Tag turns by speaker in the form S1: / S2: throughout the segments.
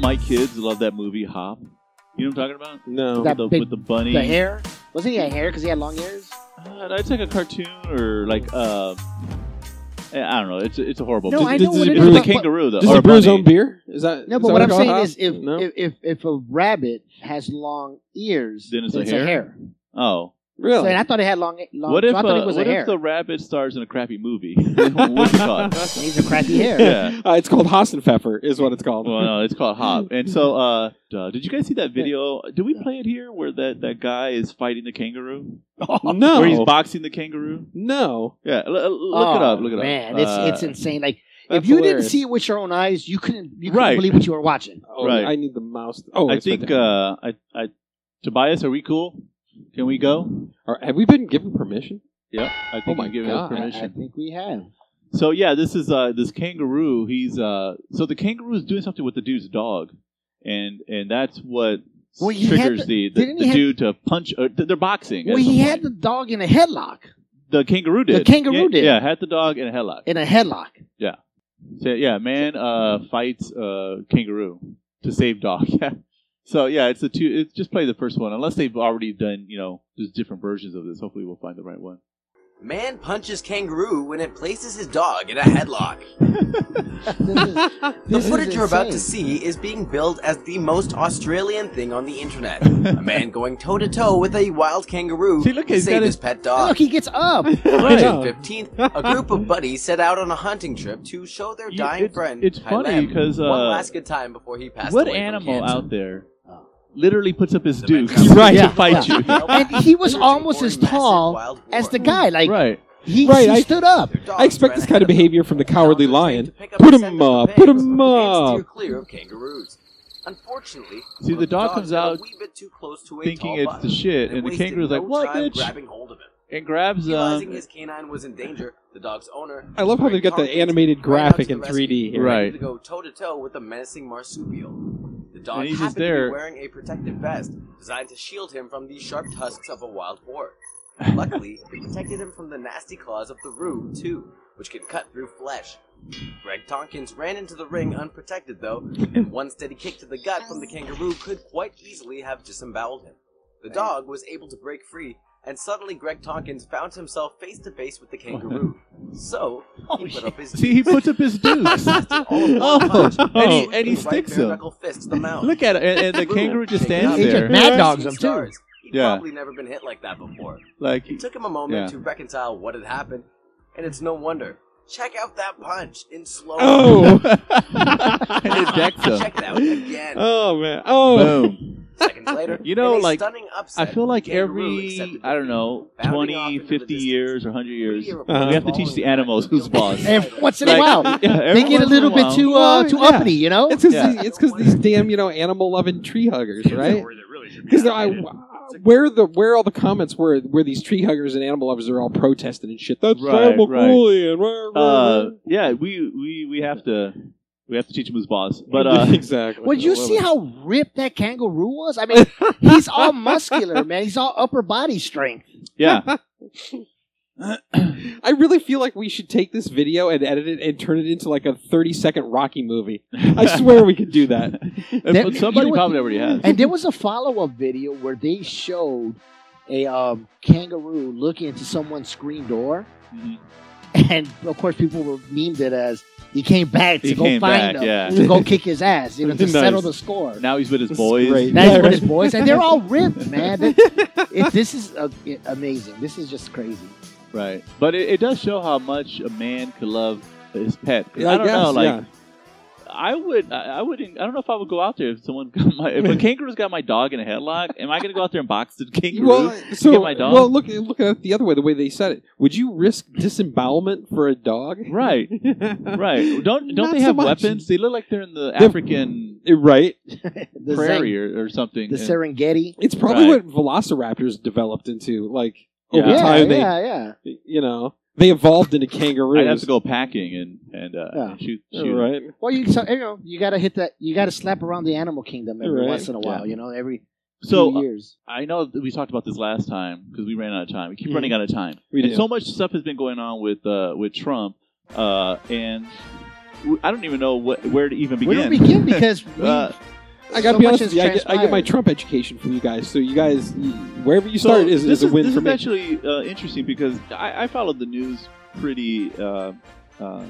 S1: my kids love that movie Hop. You know what I'm talking about?
S2: No.
S1: With
S3: That
S1: the,
S3: big-
S1: with the bunny.
S3: The hair? Wasn't he a hair because he had long ears?
S1: Uh, it's like a cartoon or like uh, eh, I don't know. It's it's a horrible.
S3: No,
S1: movie.
S3: I
S2: know
S1: it's,
S2: what it
S1: it's
S2: is,
S1: with
S2: but-
S1: a kangaroo though.
S2: Does
S1: or
S2: he
S1: a
S2: brew his
S1: bunny.
S2: own beer? Is that
S3: No,
S2: is
S3: but
S2: that
S3: what I'm
S2: called?
S3: saying
S2: Hop?
S3: is if,
S2: no?
S3: if if if a rabbit has long ears,
S1: Then it's a
S3: a
S1: hair?
S3: hair.
S1: Oh,
S2: really,
S3: So, and I thought it had long. long
S1: what if
S3: so I thought
S1: uh,
S3: it was
S1: what
S3: a hair.
S1: if the rabbit stars in a crappy movie? What's it called?
S3: He's a crappy hair.
S1: Yeah.
S2: uh, it's called Hassenpfeffer, is what it's called.
S1: Well, no, it's called Hop. And so, uh, duh, did you guys see that video? Did we play it here where that, that guy is fighting the kangaroo?
S2: no,
S1: Where he's boxing the kangaroo?
S2: no.
S1: Yeah, l- l- look it
S3: Oh,
S1: up. Look it up.
S3: Man,
S1: Uh,
S3: it's it's insane. Like if
S2: That's
S3: you
S2: hilarious.
S3: didn't see it with your own eyes, you couldn't you couldn't
S1: Right.
S3: believe what you were watching.
S2: Oh,
S1: Right.
S2: I need the mouse. Oh,
S1: I
S2: it's right
S1: think
S2: there.
S1: uh, I, I, Tobias, are we cool? Can we go?
S2: All right, have we been given permission?
S1: Yep. I think
S2: Oh my
S1: you give
S2: God.
S1: us
S3: I, I
S1: permission.
S3: think we have.
S1: So yeah, this is uh, this kangaroo. He's uh, so the kangaroo is doing something with the dude's dog, and and that's what
S3: Well, he had
S1: triggers the the,
S3: didn't
S1: the
S3: he have-
S1: dude to punch. Uh, th- they're boxing. at
S3: Well,
S1: some
S3: he
S1: point.
S3: had the dog in a headlock,
S1: the kangaroo did.
S3: The kangaroo
S1: yeah,
S3: did.
S1: Yeah, had the dog in a headlock.
S3: in a headlock.
S1: So, yeah, man uh, fights uh, kangaroo to save dog. Yeah. So yeah, it's the two. It's just play the first one, unless they've already done you know just different versions of this. Hopefully, we'll find the right one.
S4: Man punches kangaroo when it places his dog in a headlock.
S3: This is-
S4: The
S3: this is
S4: footage you're about to
S3: insane.
S4: see is being billed as the most Australian thing on the internet. A man going toe to toe with a wild kangaroo
S1: See, look,
S4: to
S1: he's got
S4: save
S1: his-
S4: his pet dog.
S3: Look, he gets up.
S2: Right.
S4: June 15th, a group of buddies set out on a hunting trip to show their
S1: You-
S4: dying
S1: it's-
S4: friend.
S1: it's funny
S4: Hylem,
S1: 'cause, uh,
S4: one last good time before he passed
S1: What
S4: away from
S1: animal
S4: cancer.
S1: out there
S4: Oh.
S1: literally puts up his duke
S4: You're
S2: right.
S1: to
S3: Yeah.
S1: fight you?
S3: And he was
S4: Urging
S3: almost
S4: for a
S3: as
S4: massive
S3: tall
S4: wild
S3: as
S4: boar.
S3: the guy. Like
S1: right.
S3: he,
S2: Right,
S3: he
S2: I-
S3: stood up.
S4: Their dogs
S2: I expect
S4: ran
S2: this kind of
S4: ahead
S2: behavior from the cowardly
S4: Hounds are trained
S2: lion.
S4: to pick up
S2: Put
S4: and send
S2: him
S4: them to
S2: up,
S4: pigs
S2: put him
S4: and
S2: up.
S4: steer clear of kangaroos. Unfortunately,
S1: See,
S4: one
S1: the
S4: of
S1: dog
S4: dogs
S1: comes
S4: got a
S1: out
S4: wee bit too close to a
S1: thinking
S4: tall
S1: it's
S4: button
S1: the shit, and the
S4: wasted
S1: kangaroo's like,
S4: no
S1: "What,
S4: time
S1: bitch?"
S4: Grabbing hold of him.
S1: and grabs
S4: Realizing
S1: um
S4: his canine was in danger, the dog's owner.
S2: I love how they've got the
S4: confident,
S2: animated
S4: ran out to
S2: graphic
S4: the
S2: in
S4: rescue,
S2: 3D here.
S1: Right.
S4: ready To go toe to toe with the menacing marsupial. The dog
S1: And he's
S4: happened
S1: just there.
S4: to be wearing a protective vest designed to shield him from the sharp tusks of a wild boar. Luckily, it protected him from the nasty claws of the roo too, which can cut through flesh. Greg Tompkins ran into the ring unprotected though, and one steady kick to the gut from the kangaroo could quite easily have disemboweled him. The dog was able to break free, and suddenly Greg Tompkins found himself face to face with the kangaroo. So he put up his
S1: See, he puts up his dukes.
S4: Oh. all in one punch,
S1: Oh, and he, and he
S4: with the right
S1: sticks him.
S4: bare-knuckle fist to the mouth.
S1: Look at it, and, and the
S4: Boom.
S1: kangaroo just
S4: Take it
S1: stands
S4: out.
S3: He just
S1: there,
S3: mad dogs
S4: Seen
S3: him too.
S4: scars. He'd
S1: Yeah.
S4: probably never been hit like that before.
S1: like
S4: It took him a moment
S1: Yeah.
S4: to reconcile what had happened, and it's no wonder. Check out that punch in slow.
S2: Oh,
S1: and it decks him.
S4: Check it out again.
S2: oh man. Oh,
S1: Boom.
S4: Seconds later,
S1: You know,
S4: in a
S1: like,
S4: stunning upset,
S1: I feel like
S4: Kangaroo
S1: every
S4: accepted
S1: I don't know
S4: Bounding off
S1: 20,
S4: into
S1: 50
S4: the distance.
S1: years or 100
S4: defeat.
S1: years,
S4: Meteor
S2: Uh-huh.
S1: we have to teach the animals who's boss.
S3: And once in a
S1: Like,
S3: while,
S1: yeah,
S3: they
S1: every
S3: get a
S1: once
S3: little
S1: in
S3: bit too
S2: while.
S3: uh, too
S2: Yeah.
S3: uppity, you know.
S2: it's because
S1: Yeah.
S2: it's because these damn you know animal loving tree huggers, right?
S5: Where they really should be
S2: Because I
S5: allocated.
S2: where the where all the comments were where these tree huggers and animal lovers are all protesting and shit. That's
S1: Right,
S2: animal
S1: right.
S2: cruelty. Right.
S1: uh, yeah, we, we we have to we have to teach him who's boss. But uh,
S2: exactly.
S3: Well, you see how ripped that kangaroo was? I mean, he's all muscular, man. He's all upper body strength.
S1: yeah,
S2: I really feel like we should take this video and edit it and turn it into like a thirty second Rocky movie. I swear we could do that.
S3: That-
S1: But somebody
S3: you know what-
S1: probably already has.
S3: And there was a follow up video where they showed a um, kangaroo looking into someone's screen door,
S1: Mhm.
S3: and of course, people were memed it as he came back to
S1: He
S3: go
S1: came
S3: find
S1: back,
S3: him
S1: yeah.
S3: to go kick his ass, you know, to
S2: Nice.
S3: settle the score.
S1: Now he's with his
S2: This is
S1: boys.
S2: great.
S3: That's
S2: Yeah,
S3: what his
S2: right.
S3: boys, and they're all ripped, man. That- it- this is uh, i- amazing. This is just crazy.
S1: Right. But it, it does show how much a man could love his pet. 'Cause
S2: Yeah,
S1: I don't
S2: guess,
S1: know, like
S2: yeah.
S1: I would, I, I wouldn't. I don't know if I would go out there if someone, got my, if a kangaroo's got my dog in a headlock. Am I going to go out there and box the kangaroo?
S2: Well, so
S1: get my dog?
S2: well, look look at it the other way. The way they said it, would you risk disembowelment for a dog?
S1: right, right. Don't don't
S2: Not
S1: they
S2: so
S1: have
S2: much.
S1: weapons? They look like they're in the
S2: They're-
S1: African
S2: right.
S3: The Zang-
S1: prairie or, or something.
S3: the
S1: And-
S3: Serengeti.
S2: It's probably
S1: Right.
S2: what velociraptors developed into. Like over
S1: Yeah.
S2: time, they
S3: yeah, yeah.
S2: you know they evolved into kangaroos.
S1: I'd have to go packing and and, uh,
S3: Yeah.
S1: and shoot.
S2: Yeah,
S1: shoot.
S2: Right.
S3: Well, you so, you know you got to hit that. You got to slap around the animal kingdom every
S2: Right.
S3: once in a while. You know, every
S1: So
S3: few
S1: uh,
S3: years.
S1: I know that we talked about this last time because we ran out of time. We keep
S2: Mhm.
S1: running out of time.
S2: We
S1: and
S2: do.
S1: so much stuff has been going on with uh, with Trump, uh, and w- I don't even know what, where to even begin.
S3: Where do we begin? Because we,
S1: Uh,
S2: I gotta
S3: So
S2: be
S3: much
S2: honest
S3: has
S2: with you. I get, I get my
S3: transpired.
S2: Trump education from you guys. So you guys, wherever you start is,
S1: this
S2: is a win
S1: this
S2: for
S1: is
S2: me.
S1: actually uh, interesting because I, I followed the news pretty uh, uh, uh,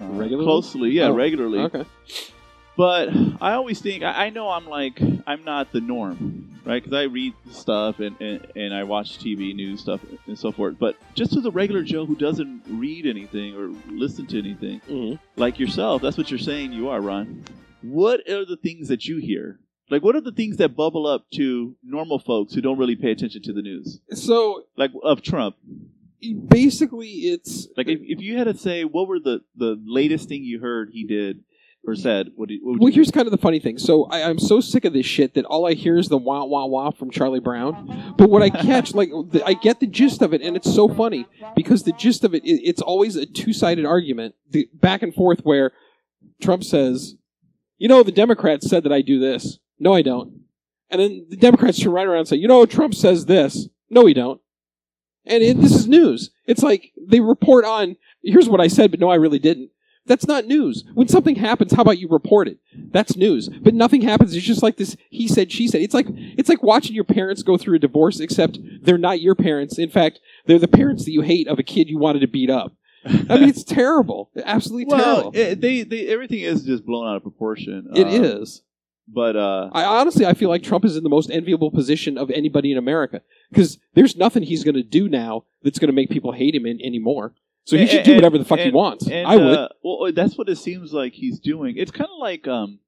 S2: Regularly?
S1: closely, yeah,
S2: Oh,
S1: regularly.
S2: okay.
S1: But I always think I, I know I'm like I'm not the norm, right? Because I read stuff and, and and I watch TV news stuff and so forth. But just as a regular Joe who doesn't read anything or listen to anything
S2: Mhm.
S1: like yourself, that's what you're saying you are, Ron. What are the things that you hear? Like, what are the things that bubble up to normal folks who don't really pay attention to the news?
S2: So
S1: Like, of Trump.
S2: basically, it's
S1: Like, if, if you had to say, what were the, the latest thing you heard he did or said? What, do you- what would
S2: uh, Well,
S1: you
S2: here's kind of the funny thing. So I, I'm so sick of this shit that all I hear is the wah wah wah from Charlie Brown. But what I catch, like, the, I get the gist of it, and it's so funny because the gist of it, it it's always a two sided argument, the back and forth, where Trump says, "You know, the Democrats said that I do this. No, I don't." And then the Democrats turn right around and say, "You know, Trump says this. No, he don't." And it, this is news. It's like they report on. Here's what I said, but no, I really didn't. That's not news. When something happens, how about you report it? That's news. But nothing happens. It's just like this he said, she said. It's like it's like watching your parents go through a divorce, except they're not your parents. In fact, they're the parents that you hate of a kid you wanted to beat up. I mean, it's terrible. Absolutely
S1: Well,
S2: terrible.
S1: it, they, they everything is just blown out of proportion.
S2: it
S1: Um,
S2: is.
S1: but uh,
S2: I honestly, I feel like Trump is in the most enviable position of anybody in America because there's nothing he's going to do now that's going to make people hate him in, anymore. So he
S1: And-
S2: should do
S1: and-
S2: whatever the fuck he
S1: and-
S2: wants.
S1: and,
S2: I would.
S1: Uh, well, that's what it seems like he's doing. It's kind of like um,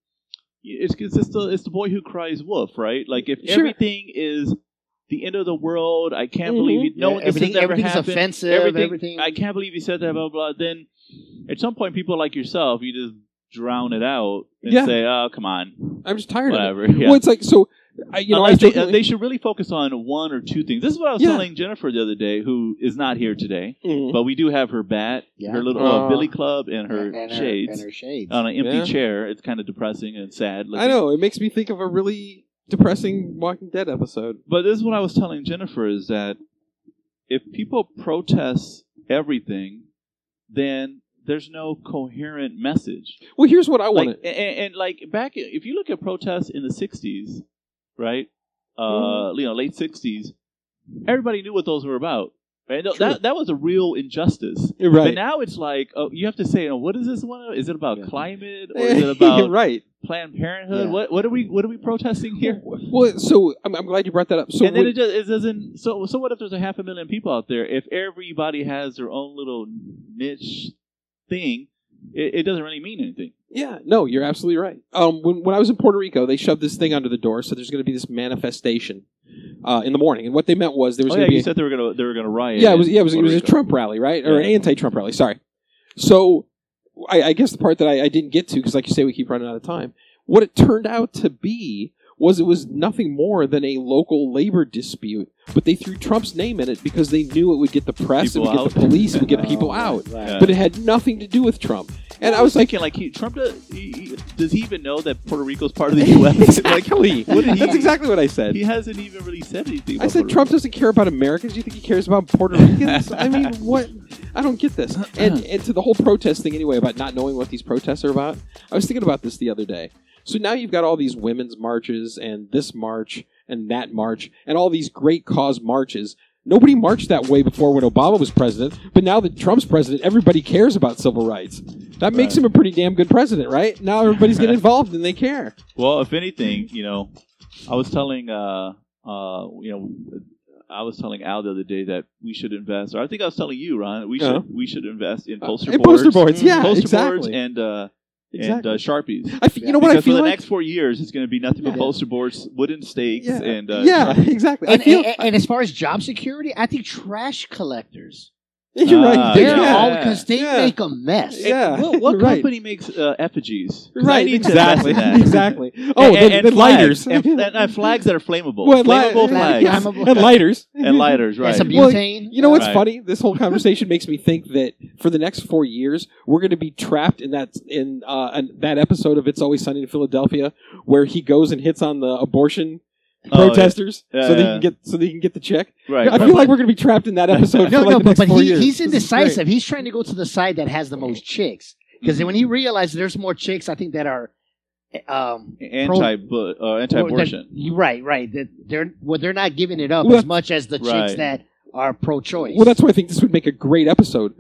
S1: it's it's just the, it's the boy who cries wolf, right? Like if
S2: Sure.
S1: everything is the end of the world, I can't
S2: Mhm.
S1: believe it. No, this has
S3: Yeah, everything,
S1: never
S3: everything's
S1: happened.
S3: offensive.
S1: Everything,
S3: Everything,
S1: I can't believe he said that. Blah blah. blah. Then at some point, people like yourself, you just drown it out and
S2: Yeah.
S1: say, "Oh, come on,
S2: I'm just tired of it.
S1: whatever." Yeah.
S2: Well, it's like so. I, you know, I
S1: Unless Uh, they,
S2: jokingly-
S1: they should really focus on one or two things. This is what I was
S2: Yeah.
S1: telling Jennifer the other day, who is not here today,
S2: Mhm.
S1: but we do have her bat,
S3: Yeah.
S1: her little
S2: Aw.
S1: uh, billy club, and her
S3: and
S1: shades
S3: and her shades.
S1: on an empty
S2: Yeah.
S1: chair. It's kind of depressing and sad.
S2: I
S1: looking.
S2: know. It makes me think of a really depressing Walking Dead episode.
S1: But this is what I was telling Jennifer is that if people protest everything, then there's no coherent message.
S2: Well, here's what I
S1: like,
S2: wanted.
S1: and, and like back if you look at protests in the 60s right uh
S2: Mm-hmm.
S1: you know late 60s everybody knew what those were about right Th-
S2: True.
S1: that, that was a real injustice but
S2: right.
S1: now it's like oh, you have to say oh, what is this one is it about
S3: Yeah.
S1: climate or is it about
S2: right?
S1: planned parenthood
S3: Yeah.
S1: what what are we what are we protesting here
S2: Well, so I'm, I'm glad you brought that up. So
S1: and then
S2: what-
S1: it, just, it doesn't. So, so what if there's a half a million people out there? If everybody has their own little niche thing, it, it doesn't really mean anything.
S2: Yeah, no, you're absolutely right. Um, when, when I was in Puerto Rico, they shoved this thing under the door, so there's going to be this manifestation uh, in the morning. And what they meant was there was
S1: Oh yeah,
S2: going to
S1: you
S2: be.
S1: said they were gonna they were gonna
S2: A,
S1: riot.
S2: yeah, it
S1: in
S2: was, yeah, it was, it
S1: Puerto
S2: was a
S1: Rico.
S2: Trump rally, right? Or an
S1: Yeah.
S2: anti Trump rally, sorry. So I, I guess the part that I, I didn't get to, because like you say, we keep running out of time, what it turned out to be was it was nothing more than a local labor dispute, but they threw Trump's name in it because they knew it would get the press,
S1: People
S2: it would get the
S1: out.
S2: police, it would get
S3: Oh,
S2: people
S3: right,
S2: out.
S3: right.
S1: Yeah.
S2: But it had nothing to do with Trump. And I was like,
S1: thinking, like, he, Trump does he, he- does he even know that Puerto Rico's part of the U.S.? like,
S2: exactly.
S1: what did he-
S2: That's exactly what I said.
S1: he hasn't even really said anything.
S2: I
S1: about
S2: said
S1: Puerto
S2: Trump doesn't care about Americans. You think he cares about Puerto Ricans? I mean, what? I don't get this. And, and to the whole protest thing, anyway, about not knowing what these protests are about. I was thinking about this the other day. So now you've got all these women's marches and this march and that march and all these great cause marches. Nobody marched that way before when Obama was president, but now that Trump's president, everybody cares about civil rights. That makes
S1: Right.
S2: him a pretty damn good president, right? Now everybody's getting involved and they care.
S1: Rico. Well, if anything, you know, I was telling uh uh you know. I was telling Al the other day that we should invest, or I think I was telling you, Ron, we should
S2: Uh-huh.
S1: we should invest in poster
S2: And
S1: boards,
S2: poster boards, yeah,
S1: poster
S2: exactly.
S1: boards, and uh, and
S2: Exactly.
S1: uh, sharpies.
S2: I f- you know what I
S1: because
S2: feel
S1: for the
S2: like?
S1: next four years, it's going to be nothing but
S3: Yeah.
S1: poster boards, wooden stakes,
S2: yeah,
S1: and uh,
S2: yeah,
S1: Sharpies.
S2: exactly.
S3: And,
S2: I feel,
S3: and, and as far as job security, I think trash collectors.
S2: You're
S1: Ah,
S2: right.
S3: They're
S1: yeah.
S3: all because they
S2: Uh, Yeah.
S3: make a mess.
S2: Yeah.
S1: What, what
S2: you're right.
S1: company makes uh, effigies? 'Cause I
S2: Right,
S1: need to invest
S2: exactly.
S1: in that.
S2: exactly. Oh,
S1: and,
S2: and, then,
S1: and
S2: then
S1: flags.
S2: lighters.
S1: and, and, and flags that are flammable.
S2: Well, and li-
S1: flammable
S3: flag.
S1: flags
S2: yes,
S3: Flammable.
S2: And lighters.
S1: and lighters, right?
S3: And some
S2: Well,
S3: butane.
S2: You know what's
S1: Right.
S2: funny? This whole conversation makes me think that for the next four years, we're going to be trapped in that in, uh, an that episode of It's Always Sunny in Philadelphia, where he goes and hits on the abortion
S1: Oh,
S2: protesters,
S1: yeah. Yeah,
S2: so they
S1: yeah.
S2: can get so they can get the check.
S1: right?
S2: I feel like we're going to be trapped in that episode.
S3: No,
S2: for like the
S3: no, but,
S2: next
S3: but
S2: four
S3: he,
S2: years.
S3: he's
S2: This is great.
S3: indecisive. He's
S2: Mm-hmm.
S3: trying to go to the side that has the most chicks. Because when he realizes there's more chicks, I think that are um,
S1: anti uh, anti-abortion.
S3: Well, they're- right, right. That they're well, they're not giving it up
S2: Well,
S3: as much as the chicks
S1: Right.
S3: that are pro-choice.
S2: Well, that's why I think this would make a great episode.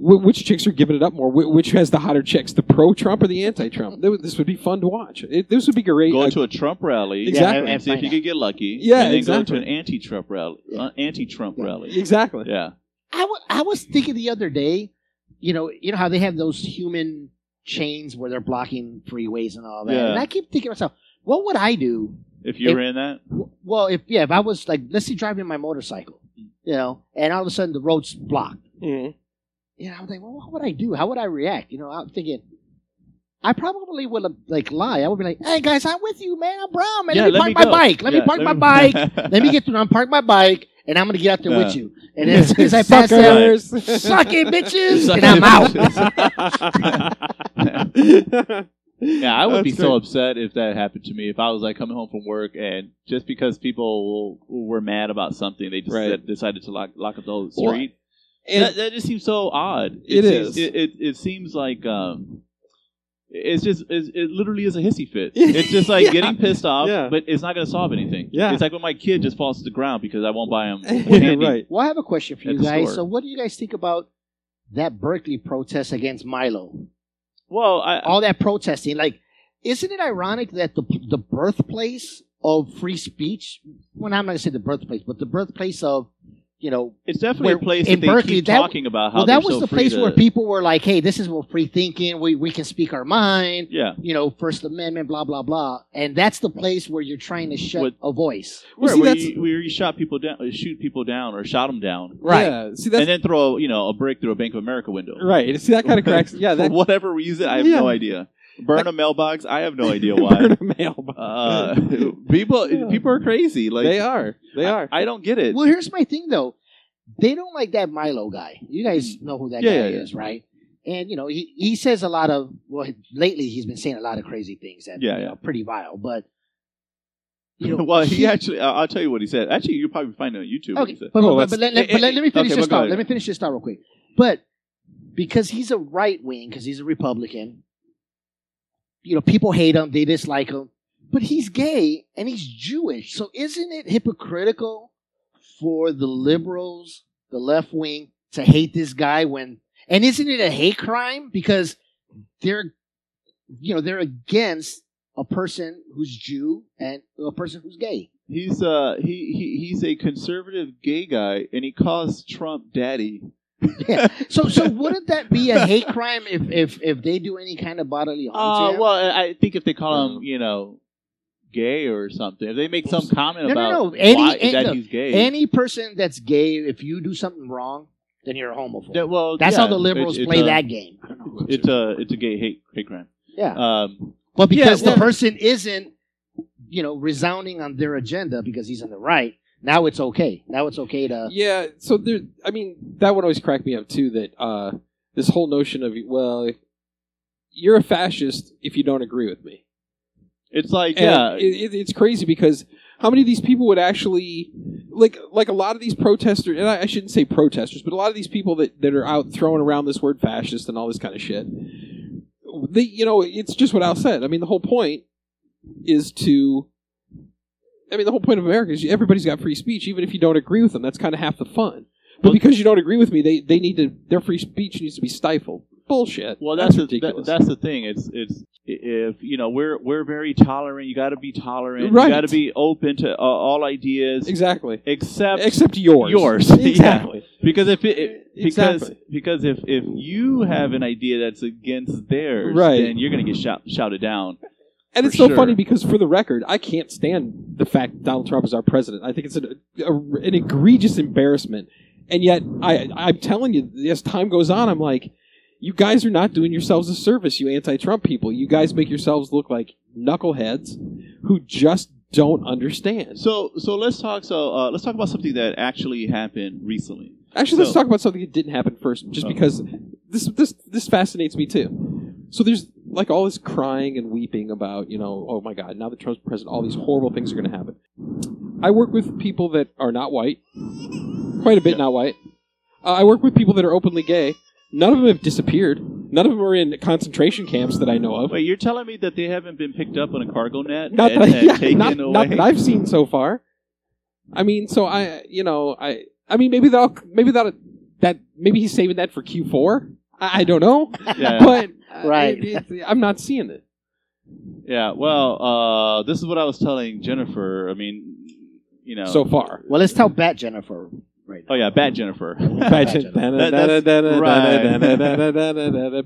S2: Wh- Which chicks are giving it up more? Wh- Which has the hotter chicks, the pro-Trump or the anti-Trump? Th- This would be fun to watch. It, this would be great.
S1: Go
S2: Uh,
S1: to a Trump rally
S2: Exactly.
S1: and,
S3: and
S1: see if
S3: find
S1: you
S3: out.
S1: could get lucky.
S2: Yeah,
S1: and then
S2: exactly.
S1: go to an anti-Trump rally. Uh, anti-Trump
S3: Yeah.
S1: rally.
S2: exactly.
S1: Yeah,
S3: I wa- I was thinking the other day, you know, you know how they have those human chains where they're blocking freeways and all that.
S1: Yeah.
S3: And I keep thinking to myself, what would I do?
S1: if you
S3: It-
S1: were in that,
S3: W- Well, if yeah, if I was like, let's say driving my motorcycle, you know, and all of a sudden the road's blocked.
S2: Mhm.
S3: You know, I'm thinking, well, what would I do? How would I react? You know, I'm thinking. I probably would like lie. I would be like, "Hey guys, I'm with you, man. I'm brown, man.
S1: yeah,
S3: let me park my
S1: go.
S3: bike. Let
S1: Yeah,
S3: me park my bike.
S1: bike.
S3: let me get through. I'm park my bike, and I'm gonna get out there
S1: Yeah.
S3: with you. And as soon as I pass that
S2: Suckers.
S3: suck it, bitches,
S1: Suck
S3: and I'm out.
S1: out. yeah, I would
S2: That's
S1: be so
S2: great.
S1: upset if that happened to me. If I was like coming home from work and just because people were mad about something, they just
S2: Right.
S1: said- decided to lock lock up the whole
S2: Well,
S1: street.
S2: And-
S1: that, that just seems so odd.
S2: It
S1: seems,
S2: is.
S1: It, it, it seems like um, it's just it's, it literally is a hissy fit. It's just like
S2: Yeah.
S1: getting pissed off,
S2: Yeah.
S1: but it's not going to solve anything.
S2: Yeah.
S1: it's like when my kid just falls to the ground because I won't buy him candy.
S2: right.
S3: Well, I have a question for
S1: At
S3: you
S1: the
S3: guys.
S1: store.
S3: So, what do you guys think about that Berkeley protest against Milo?
S1: Well, I,
S3: All that protesting, like, isn't it ironic that the the birthplace of free speech? Well, I'm not gonna say the birthplace, but the birthplace of you know,
S1: it's definitely a
S3: where-
S1: place that
S3: in
S1: they
S3: Berkeley,
S1: keep
S3: that-
S1: talking about how
S3: well, that
S1: they're
S3: was
S1: so
S3: the
S1: free
S3: place
S1: to-
S3: where people were like, "Hey, this is what free thinking. We we can speak our mind."
S1: yeah.
S3: You know, First Amendment, blah blah blah, and that's the place where you're trying to shut
S1: What-
S3: a voice.
S2: Well,
S1: Where,
S2: see,
S1: where,
S2: that's-
S1: you, where you shot people down, uh, shoot people down, or shot them down,
S2: Yeah. See, that's
S1: and then throw you know a brick through a Bank of America window.
S2: right. See, that kind of cracks. Yeah,
S1: For
S2: that
S1: whatever reason, I have
S2: Yeah.
S1: no idea. Burn a mailbox. I have no idea
S2: burn
S1: why.
S2: a mailbox.
S1: uh, people, people are crazy. Like
S2: they are. They
S1: I-
S2: are.
S1: I, don't get it.
S3: Well, here's my thing though. They don't like that Milo guy. You guys know who that
S1: Mm. Yeah,
S3: guy
S1: yeah, yeah.
S3: is, right? And you know, he, he says a lot of well lately he's been saying a lot of crazy things that
S1: Yeah,
S3: you
S1: yeah.
S3: know, pretty vile, but you know
S1: well, he actually. I- I'll tell you what he said. Actually, you'll probably find it on YouTube. What
S3: Okay,
S1: he said.
S3: but, but-
S2: Well, that's-
S3: but- but let, let-
S2: it-
S3: but let- let me
S1: it-
S3: finish
S1: okay,
S3: this
S1: but go
S3: thought.
S1: ahead.
S3: Let me finish this thought real quick. But because he's a right wing, because he's a Republican, you know, people hate him, they dislike him. But he's gay and he's Jewish, so isn't it hypocritical for the liberals, the left wing, to hate this guy when? And isn't it a hate crime because they're, you know, they're against a person who's Jew and a person who's gay.
S1: He's uh he, he he's a conservative gay guy, and he calls Trump daddy.
S3: So, so wouldn't that be a hate crime if if if they do any kind of bodily harm?
S1: Uh,
S3: to him?
S1: well, I I think if they call
S3: Um,
S1: him, you know, gay or something, if they make some comment
S3: No, no,
S1: about
S3: no. Any-
S1: why,
S3: any-
S1: that
S3: look,
S1: he's gay,
S3: any person that's gay, if you do something wrong, then you're a homophobe.
S1: that- well,
S3: That's
S1: yeah, uh,
S3: how the liberals
S1: it's- it's
S3: play
S1: a-
S3: that game.
S1: It's a it's a gay hate hate crime.
S3: Yeah,
S1: Um,
S3: but because
S1: yeah,
S3: the
S1: well-
S3: person isn't, you know, resounding on their agenda because he's on the right. Now it's okay. Now it's okay to.
S2: yeah. So there. I mean, that would always crack me up too. That uh, this whole notion of well, you're a fascist if you don't agree with me.
S1: it's like
S2: And
S1: yeah,
S2: it, it, it's crazy because how many of these people would actually like like a lot of these protesters and I, I shouldn't say protesters but a lot of these people that, that are out throwing around this word fascist and all this kind of shit they you know it's just what al said i mean the whole point is to i mean the whole point of america is everybody's got free speech even if you don't agree with them that's kind of half the fun but
S1: Well-
S2: because you don't agree with me they, they need to their free speech needs to be stifled bullshit
S1: Well, that's, the, that,
S2: ridiculous
S1: that's the thing. It's it's if you know we're we're very tolerant. You got to be tolerant.
S2: Right.
S1: You got to be open to uh, all ideas,
S2: exactly
S1: except
S2: except yours
S1: yours. Yeah.
S2: exactly
S1: because if it, it- because
S2: Exactly.
S1: because if if you have an idea that's against theirs,
S2: Right.
S1: then you're gonna get shout, shouted down.
S2: And
S1: For
S2: it's so
S1: sure.
S2: funny because, for the record, I can't stand the fact that Donald Trump is our president. I think it's an, a, an egregious embarrassment. And yet, I, I'm telling you, as time goes on, I'm like, you guys are not doing yourselves a service, you anti Trump people. You guys make yourselves look like knuckleheads who just don't understand.
S1: So so let's talk. So uh, let's talk about something that actually happened recently.
S2: Actually, let's
S1: So-
S2: talk about something that didn't happen first, just
S1: Oh.
S2: because this this this fascinates me too. So there's like all this crying and weeping about you know oh my god now that Trump's president all these horrible things are going to happen. I work with people that are not white, quite a bit not white. Uh, I work with people that are openly gay. None of them have disappeared. None of them are in concentration camps that I know of.
S1: Wait, you're telling me that they haven't been picked up on a cargo net
S2: Not
S1: and,
S2: that, I,
S1: and
S2: yeah,
S1: taken
S2: not,
S1: away?
S2: not that I've seen so far. I mean, so I, you know, I, I mean, maybe that'll, maybe that, that, maybe he's saving that for Q4. I, I don't know,
S1: yeah,
S2: but uh,
S3: Right.
S2: it- it- I'm not seeing it.
S1: yeah. Well, uh, this is what I was telling Jennifer. I mean, you know.
S2: So far,
S3: Well, let's tell Bat Jennifer right
S1: oh
S3: now.
S1: yeah, Bat Jennifer.
S2: Bat
S3: Jennifer.
S1: That-
S2: Jen.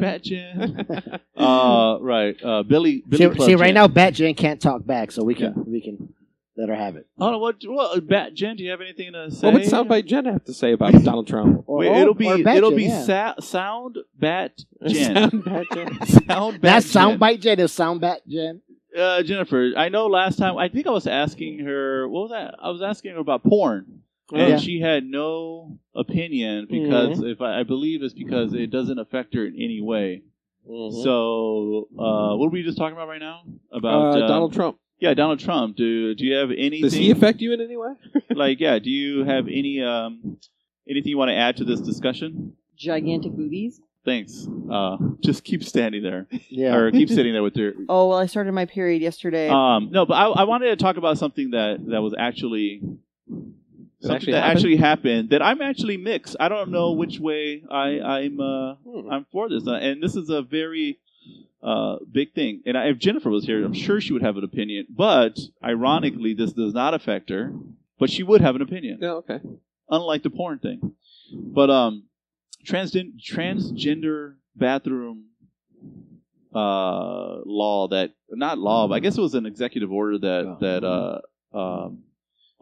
S1: Bat Jen. uh, right. Uh, Billy. Billy
S3: See,
S1: Club
S3: see, right
S1: Jen.
S3: now Bat Jen can't talk back, so we can we can let her have it.
S1: Oh, what, what? Bat Jen, do you have anything to say?
S2: What would soundbite Jen have to say about Donald Trump?
S3: Or,
S1: Wait,
S3: or-
S1: it'll be
S3: or Bat
S1: it'll
S3: Jen,
S1: be
S3: yeah.
S1: sa- sound bat Jen.
S2: Soundbite Jen.
S1: sound bat. Jen.
S3: Not soundbite Jen is sound Bat Jen.
S1: uh, Jennifer, I know last time I think I was asking her what was that? I was asking her about porn,
S2: Oh,
S1: and
S3: Yeah.
S1: she had no opinion
S2: Mm-hmm.
S1: because if I, I believe it's because it doesn't affect her in any way.
S2: Mm-hmm.
S1: So uh, what are we just talking about right now? About
S2: Uh, Donald Trump.
S1: Yeah, Donald Trump. Do do you have anything?
S2: Does he affect you in any way?
S1: like yeah? Do you have any um anything you want to add to this discussion?
S5: Gigantic boobies.
S1: Thanks. Uh, just keep standing there
S3: Yeah.
S1: or keep sitting there with your
S5: Oh well, I started my period yesterday.
S2: Uh,
S1: Um, no, but I, I wanted to talk about something that that was actually something
S2: actually
S1: that
S2: happened?
S1: actually happened. That I'm actually mixed. I don't know which way I I'm uh,
S2: Hmm.
S1: I'm for this, Uh, and this is a very uh, big thing. And I, if Jennifer was here, I'm sure she would have an opinion. But ironically, this does not affect her. But she would have an opinion,
S2: No, okay.
S1: unlike the porn thing. But um, transgen- transgender bathroom uh, law that not law, but I guess it was an executive order that
S3: Oh.
S1: that uh, um,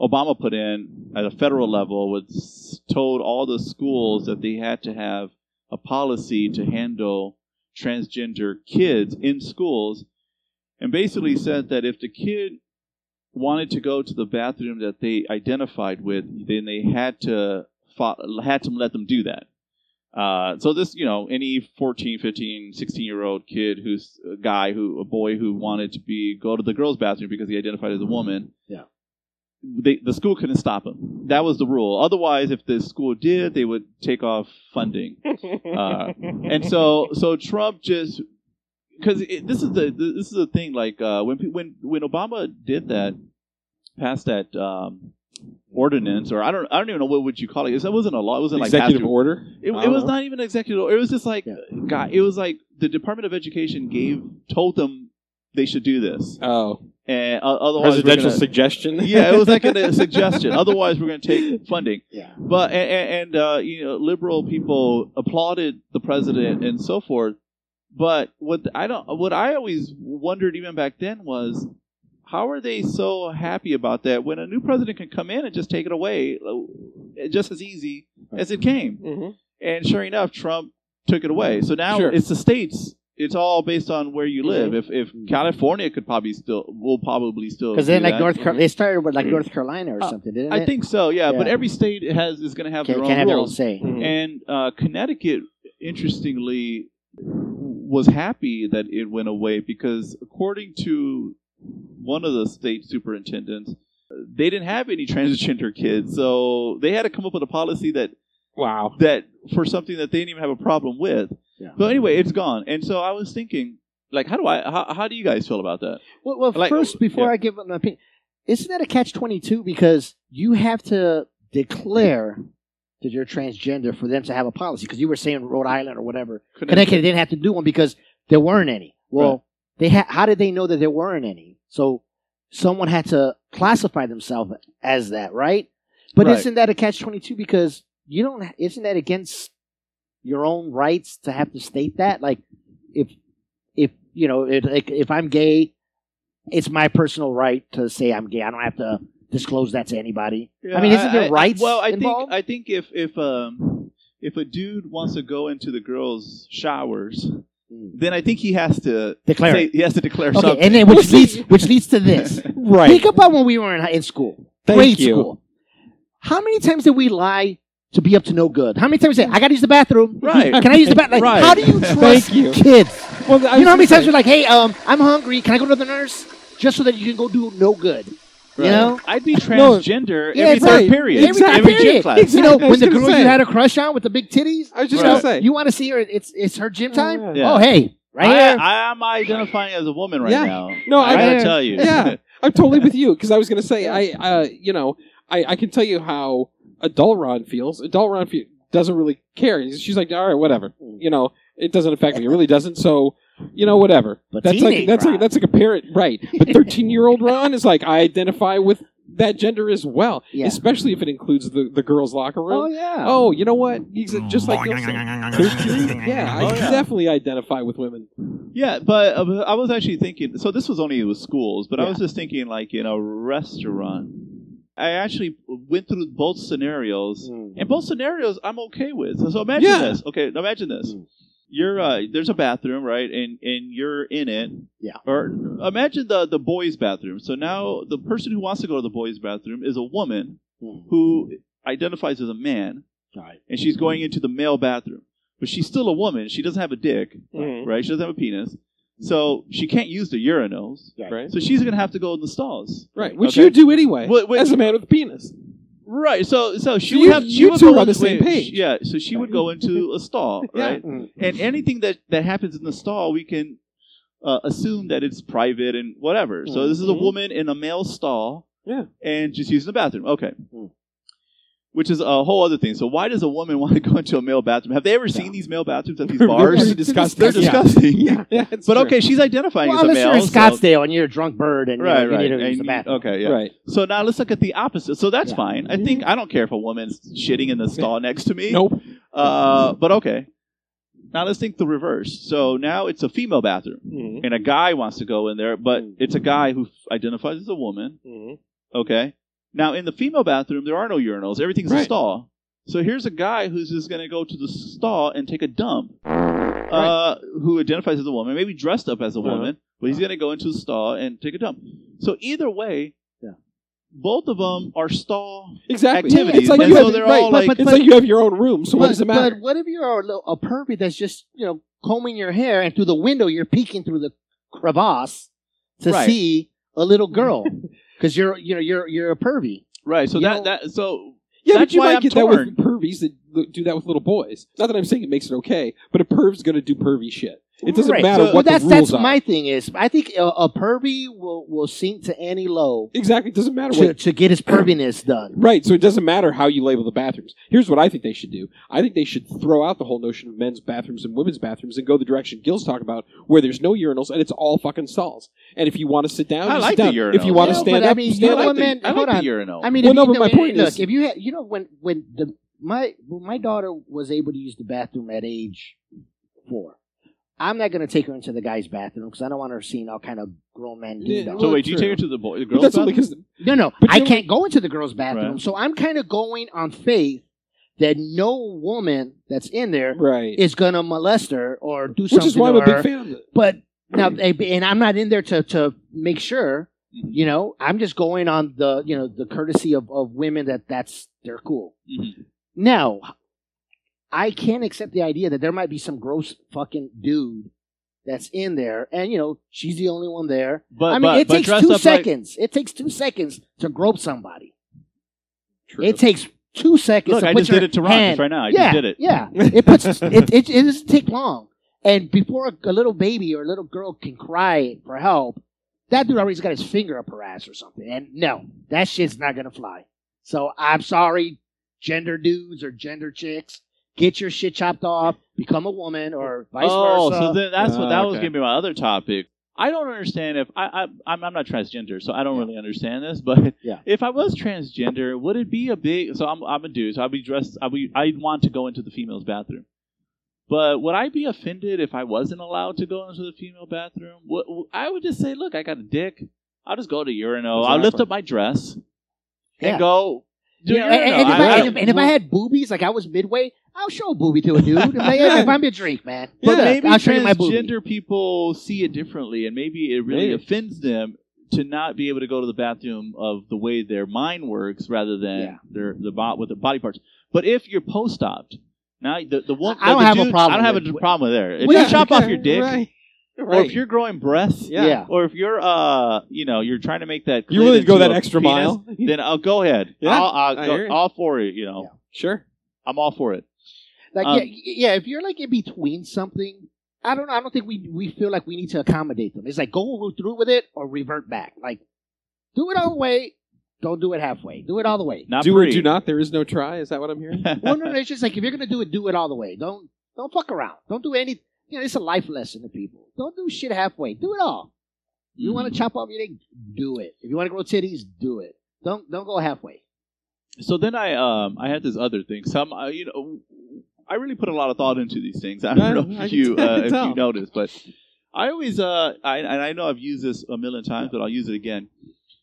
S1: Obama put in at a federal level, was told all the schools that they had to have a policy to handle transgender kids in schools, and basically said that if the kid wanted to go to the bathroom that they identified with, then they had to fo- had to let them do that. Uh, so this, you know, any 14, 15, 16 year old kid who's a guy who, a boy who wanted to be, go to the girls' bathroom because he identified as a woman.
S3: Yeah.
S1: They, the school couldn't stop him. That was the rule. Otherwise, if the school did, they would take off funding. Uh, and so, so Trump just, because this is the this is the thing. Like uh, when pe- when when Obama did that, passed that um, ordinance, or I don't I don't even know what would you call it. That wasn't a law. It wasn't like
S2: Executive
S1: after-
S2: order. Oh.
S1: it,
S2: I
S1: it
S2: don't
S1: was
S2: know.
S1: not even executive. It was just like,
S3: Uh-huh. Yeah.
S1: God, it was like the Department of Education gave told them they should do this,
S2: Oh,
S1: and uh, otherwise we're
S2: presidential
S1: gonna-
S2: suggestion.
S1: yeah, it was like a suggestion. Otherwise, we're going to take funding.
S3: Yeah.
S1: But and, and uh, you know, liberal people applauded the president and so forth. But what I don't, what I always wondered even back then was, how are they so happy about that when a new president can come in and just take it away, uh, just as easy as it came?
S2: Mhm.
S1: And sure enough, Trump took it away. So now
S2: Sure.
S1: it's the states. It's all based on where you live. If if California could probably still will probably still
S3: Because then,
S1: do
S3: like
S1: that.
S3: North, Car- they started with like North Carolina or
S1: Uh,
S3: something, didn't
S1: I
S3: it?
S1: think so, yeah. But
S3: Yeah.
S1: every state has is going to have
S3: can,
S1: their
S3: can
S1: own
S3: have their own
S1: rules.
S3: say.
S2: Mhm.
S1: And uh, Connecticut, interestingly, was happy that it went away because, according to one of the state superintendents, they didn't have any transgender kids, so they had to come up with a policy that
S2: Wow.
S1: that for something that they didn't even have a problem with.
S3: Yeah.
S1: But anyway, it's gone. And so I was thinking, like, how do I? How, how do you guys feel about that?
S3: Well, well
S1: Like-
S3: first, before
S1: yeah.
S3: I give an opinion, isn't that a catch twenty two? Because you have to declare that you're transgender for them to have a policy. Because you were saying Rhode Island or whatever, Connecticut didn't have to do one because there weren't any. Well,
S1: Right.
S3: they ha- how did they know that there weren't any? So someone had to classify themselves as that, right? But
S1: Right.
S3: isn't that a catch twenty two? Because you don't. Isn't that against your own rights to have to state that? Like, if if you know, if, like, if I'm gay, it's my personal right to say I'm gay. I don't have to disclose that to anybody.
S1: Yeah,
S3: I mean, isn't there
S1: I- I-
S3: rights
S1: Well, I
S3: involved?
S1: think I think if if um if a dude wants to go into the girls' showers, then I think he has to
S3: Hmm. Declare
S1: say,
S3: it.
S1: he has to declare
S3: Okay,
S1: something.
S3: and then which leads which leads to this.
S2: Right.
S3: Think about when we were in, hi- in school,
S2: Thank
S3: grade
S2: you.
S3: school. How many times did we lie to be up to no good? How many times we say, "I got to use the bathroom"?
S1: Right.
S3: Can I use the bathroom? Like,
S1: Right.
S3: How do you
S2: Thank
S3: trust
S2: you.
S3: kids?
S2: Well,
S3: You know how many times you're like, "Hey, um, I'm hungry. Can I go to the nurse?" Just so that you can go do no good. You know?
S6: I'd be
S3: No.
S6: transgender
S3: Yeah,
S6: every
S3: it's
S6: third
S2: right.
S6: period.
S3: Every third
S6: Every gym
S3: period.
S6: class.
S2: Exactly.
S3: You know,
S2: I was
S3: when the
S2: gonna
S3: girl
S2: say.
S3: you had a crush on with the big titties,
S2: I was just
S1: Right.
S2: gonna say.
S3: you want to see her? It's it's her gym time.
S1: Yeah.
S3: Oh hey, right here.
S1: I, I'm identifying as a woman right
S2: Yeah.
S1: now.
S2: No,
S1: I
S2: I-
S1: gotta
S2: I-
S1: tell you.
S2: yeah. I'm totally with you because I was gonna say I, uh, you know, I, I can tell you how adult Ron feels. Adult Ron fe- doesn't really care. She's like, all right, whatever. You know, it doesn't affect me. It really doesn't. So, you know, whatever.
S3: But
S2: that's like
S3: teenage
S2: that's
S3: Ron.
S2: like that's like a parent, right? But 13 year old Ron is like, I identify with that gender as well,
S3: Yeah.
S2: especially if it includes the the girls' locker room.
S3: oh yeah.
S2: Oh,
S1: Um,
S2: you know what? He's just like Neil said. 13? Yeah, I
S1: Oh, yeah.
S2: definitely identify with women.
S1: Yeah, but uh, I was actually thinking. So this was only with schools, but I
S3: Yeah.
S1: was just thinking, like in a restaurant. I actually went through both scenarios,
S3: Mm.
S1: and both scenarios I'm okay with. So, so imagine
S2: Yeah.
S1: this. Okay, now imagine this.
S3: Mm.
S1: You're uh, there's a bathroom, right? And and you're in it.
S3: Yeah.
S1: Or imagine the the boys' bathroom. So now the person who wants to go to the boys' bathroom is a woman who identifies as a man, and she's going into the male bathroom, but she's still a woman. She doesn't have a dick right? She doesn't have a penis, so she can't use the urinals.
S2: Right.
S1: So she's gonna have to go in the stalls.
S2: Right, which
S1: Okay.
S2: you do anyway,
S1: What- what-
S2: as a man with a penis.
S1: Right. So so she
S2: So
S1: would
S2: you-
S1: have. She
S2: you
S1: would
S2: two
S1: go
S2: are on
S1: into-
S2: the same
S1: wait,
S2: page.
S1: sh- Yeah. So she would go into a stall,
S2: Yeah.
S1: right? And anything that that happens in the stall, we can uh, assume that it's private and whatever. So this is a
S2: Mhm.
S1: woman in a male stall.
S2: Yeah.
S1: And she's using the bathroom. Okay. Which is a whole other thing. So why does a woman want to go into a male bathroom? Have they ever seen these male bathrooms at these bars?
S2: They're disgusting.
S1: They're disgusting.
S2: Yeah, yeah it's
S1: But
S2: true.
S1: okay, she's identifying
S3: Well,
S1: as a
S3: unless
S1: male.
S3: you're in
S1: so-
S3: Scottsdale and you're a drunk bird and you know,
S1: Right,
S3: you,
S1: right.
S3: need to use
S1: And
S3: the
S1: you- oh,
S3: bathroom.
S1: okay, yeah.
S2: right.
S1: So now let's look at the opposite. So that's
S3: Yeah.
S1: fine. I think I don't care if a woman's shitting in the stall next to me.
S2: Nope.
S1: Uh, but okay. Now let's think the reverse. So now it's a female bathroom, and a guy wants to go in there, but it's a guy who identifies as a woman. Okay. Now in the female bathroom, there are no urinals. Everything's a
S2: Right.
S1: stall. So here's a guy who's just going to go to the stall and take a dump. Uh, who identifies as a woman, maybe dressed up as a
S2: Uh-huh.
S1: woman, but he's going to go into the stall and take a dump. So either way, both of them are stall.
S2: Exactly.
S1: Activities,
S2: It's like
S1: and
S2: you
S1: so
S2: have,
S1: they're
S2: right,
S1: all
S2: but-
S1: like-
S2: it's like you have your own room. So what does it matter?
S3: But what if you're a, little- a pervy that's just you know combing your hair and through the window you're peeking through the crevasse to
S1: Right.
S3: see a little girl because you're you know you're you're a pervy.
S1: Right. So
S3: You
S1: that
S3: know-
S1: that so
S2: yeah,
S1: that's
S2: but you
S1: why
S2: might
S1: I'm
S2: get
S1: torn.
S2: that with pervies that l- do that with little boys. Not that I'm saying it makes it okay, but a perv's going to do pervy shit. It doesn't
S3: Right.
S2: matter
S1: So-
S2: what
S3: But that's
S2: the rules
S3: that's
S2: are.
S3: my thing is I think a, a pervy will will sink to any low
S2: exactly. It doesn't matter
S3: to,
S2: what.
S3: to get his perviness done.
S2: Right, so it doesn't matter how you label the bathrooms. Here's what I think they should do. I think they should throw out the whole notion of men's bathrooms and women's bathrooms and go the direction Gil's talking about, where there's no urinals and it's all fucking stalls. And if you want to sit down,
S1: I
S2: you
S1: like
S2: sit down.
S1: the
S2: If you
S1: urinals.
S2: want to
S3: No,
S2: stand
S3: but I
S2: up,
S3: mean,
S1: I
S2: you
S3: You
S2: stand
S3: know
S1: like,
S2: up.
S3: what,
S1: the,
S3: man?
S1: I like
S3: Hold
S1: the
S3: on.
S1: urinal.
S3: I mean,
S2: Well,
S3: if
S2: no,
S3: you,
S2: but my
S3: I mean,
S2: point
S3: look,
S2: is-
S3: if you had, you know, when when the my when my daughter was able to use the bathroom at age four, I'm not going to take her into the guy's bathroom because I don't want her seeing all kind of grown men.
S2: Yeah,
S3: dildos.
S1: so
S2: well,
S1: wait, do you
S2: true.
S1: take her to the boy, the
S2: But
S1: girls'
S2: that's only
S1: bathroom?
S2: because
S3: no, no,
S2: but
S3: I
S2: you know-
S3: can't go into the girls' bathroom,
S1: Right.
S3: so I'm kind of going on faith that no woman that's in there
S2: right,
S3: is going to molest her or do something.
S2: which is why I'm
S3: to
S2: a big
S3: her.
S2: fan of it.
S3: But now, eh, and I'm not in there to to make sure. You know, I'm just going on the you know the courtesy of of women that that's they're cool.
S1: Mhm.
S3: Now, I can't accept the idea that there might be some gross fucking dude that's in there, and you know she's the only one there.
S1: But
S3: I mean,
S1: but,
S3: it
S1: but
S3: takes
S1: dressed
S3: two
S1: up like
S3: seconds. It takes two seconds to grope somebody.
S2: True.
S3: It takes two seconds.
S1: look,
S3: to
S1: I
S3: put
S1: just
S3: your
S1: did it to Ron
S3: hand-
S1: just right now. I
S3: yeah,
S1: just did it.
S3: Yeah, it puts it, it. It doesn't take long, and before a, a little baby or a little girl can cry for help, that dude already's got his finger up her ass or something. And no, that shit's not gonna fly. So I'm sorry, gender dudes or gender chicks, get your shit chopped off, become a woman or vice
S1: oh,
S3: versa.
S1: so then that's what
S2: Ah,
S1: that was
S2: okay.
S1: going to be my other topic. I don't understand if I, I I'm, I'm not transgender, so I don't really understand this. But
S3: Yeah.
S1: if I was transgender, would it be a big? So I'm I'm a dude, so I'd be dressed. I be I'd want to go into the female's bathroom. But would I be offended if I wasn't allowed to go into the female bathroom? What, I would just say, look, I got a dick. I'll just go to urinal. I'll lift
S2: Exactly.
S1: up my dress
S3: Yeah.
S1: and go. Do
S3: You know,
S1: urinal.
S3: and, and if
S1: I-
S3: I,
S1: I
S3: and if- and if I had boobies, like I was midway, I'll show a booby to a dude. If, I, if I'm a drink, man.
S1: But
S2: Yeah,
S1: maybe
S3: I'll show you my booby.
S1: transgender people see it differently, and maybe it really
S2: Maybe.
S1: offends them to not be able to go to the bathroom of the way their mind works rather than
S3: Yeah.
S1: their the bot with the body parts. But if you're post opped, now the the one
S3: I don't
S1: the
S3: have a
S1: dude-
S3: problem
S1: I don't have
S3: with-
S1: a problem with there. If
S2: Well,
S1: you chop off
S2: okay,
S1: your dick,
S2: right.
S1: Or
S2: Right.
S1: if you're growing breasts,
S3: Yeah. Yeah.
S1: or if you're uh, you know, you're trying to make that
S2: You willing to
S1: clit
S2: go
S1: into
S2: that
S1: a
S2: extra
S1: penis,
S2: mile?
S1: Then I'll go ahead.
S2: Yeah,
S1: I'll, I'll
S2: I
S1: go-
S2: hear you.
S1: all for it. You know,
S2: Sure.
S1: I'm all for it.
S3: Like
S1: Um,
S3: yeah, yeah, if you're like in between something, I don't know. I don't think we we feel like we need to accommodate them. It's like go through with it or revert back. Like do it all the way, don't do it halfway. Do it all the way.
S1: Not
S2: do
S1: free.
S2: or do not. There is no try. Is that what I'm hearing?
S3: well, no, no, it's just like if you're gonna do it, do it all the way. Don't don't fuck around. Don't do any. You know, it's a life lesson to people. Don't do shit halfway. Do it all. You
S1: Mm-hmm.
S3: want to chop off your dick, do it. If you want to grow titties, do it. Don't don't go halfway.
S1: so then I um I had this other thing. Some uh, you know I really put a lot of thought into these things. I
S2: I-
S1: don't know
S2: I
S1: if
S2: can
S1: you
S2: tell- I
S1: uh,
S2: can
S1: if
S2: tell.
S1: you noticed, but I always uh I and I know I've used this a million times, but I'll use it again.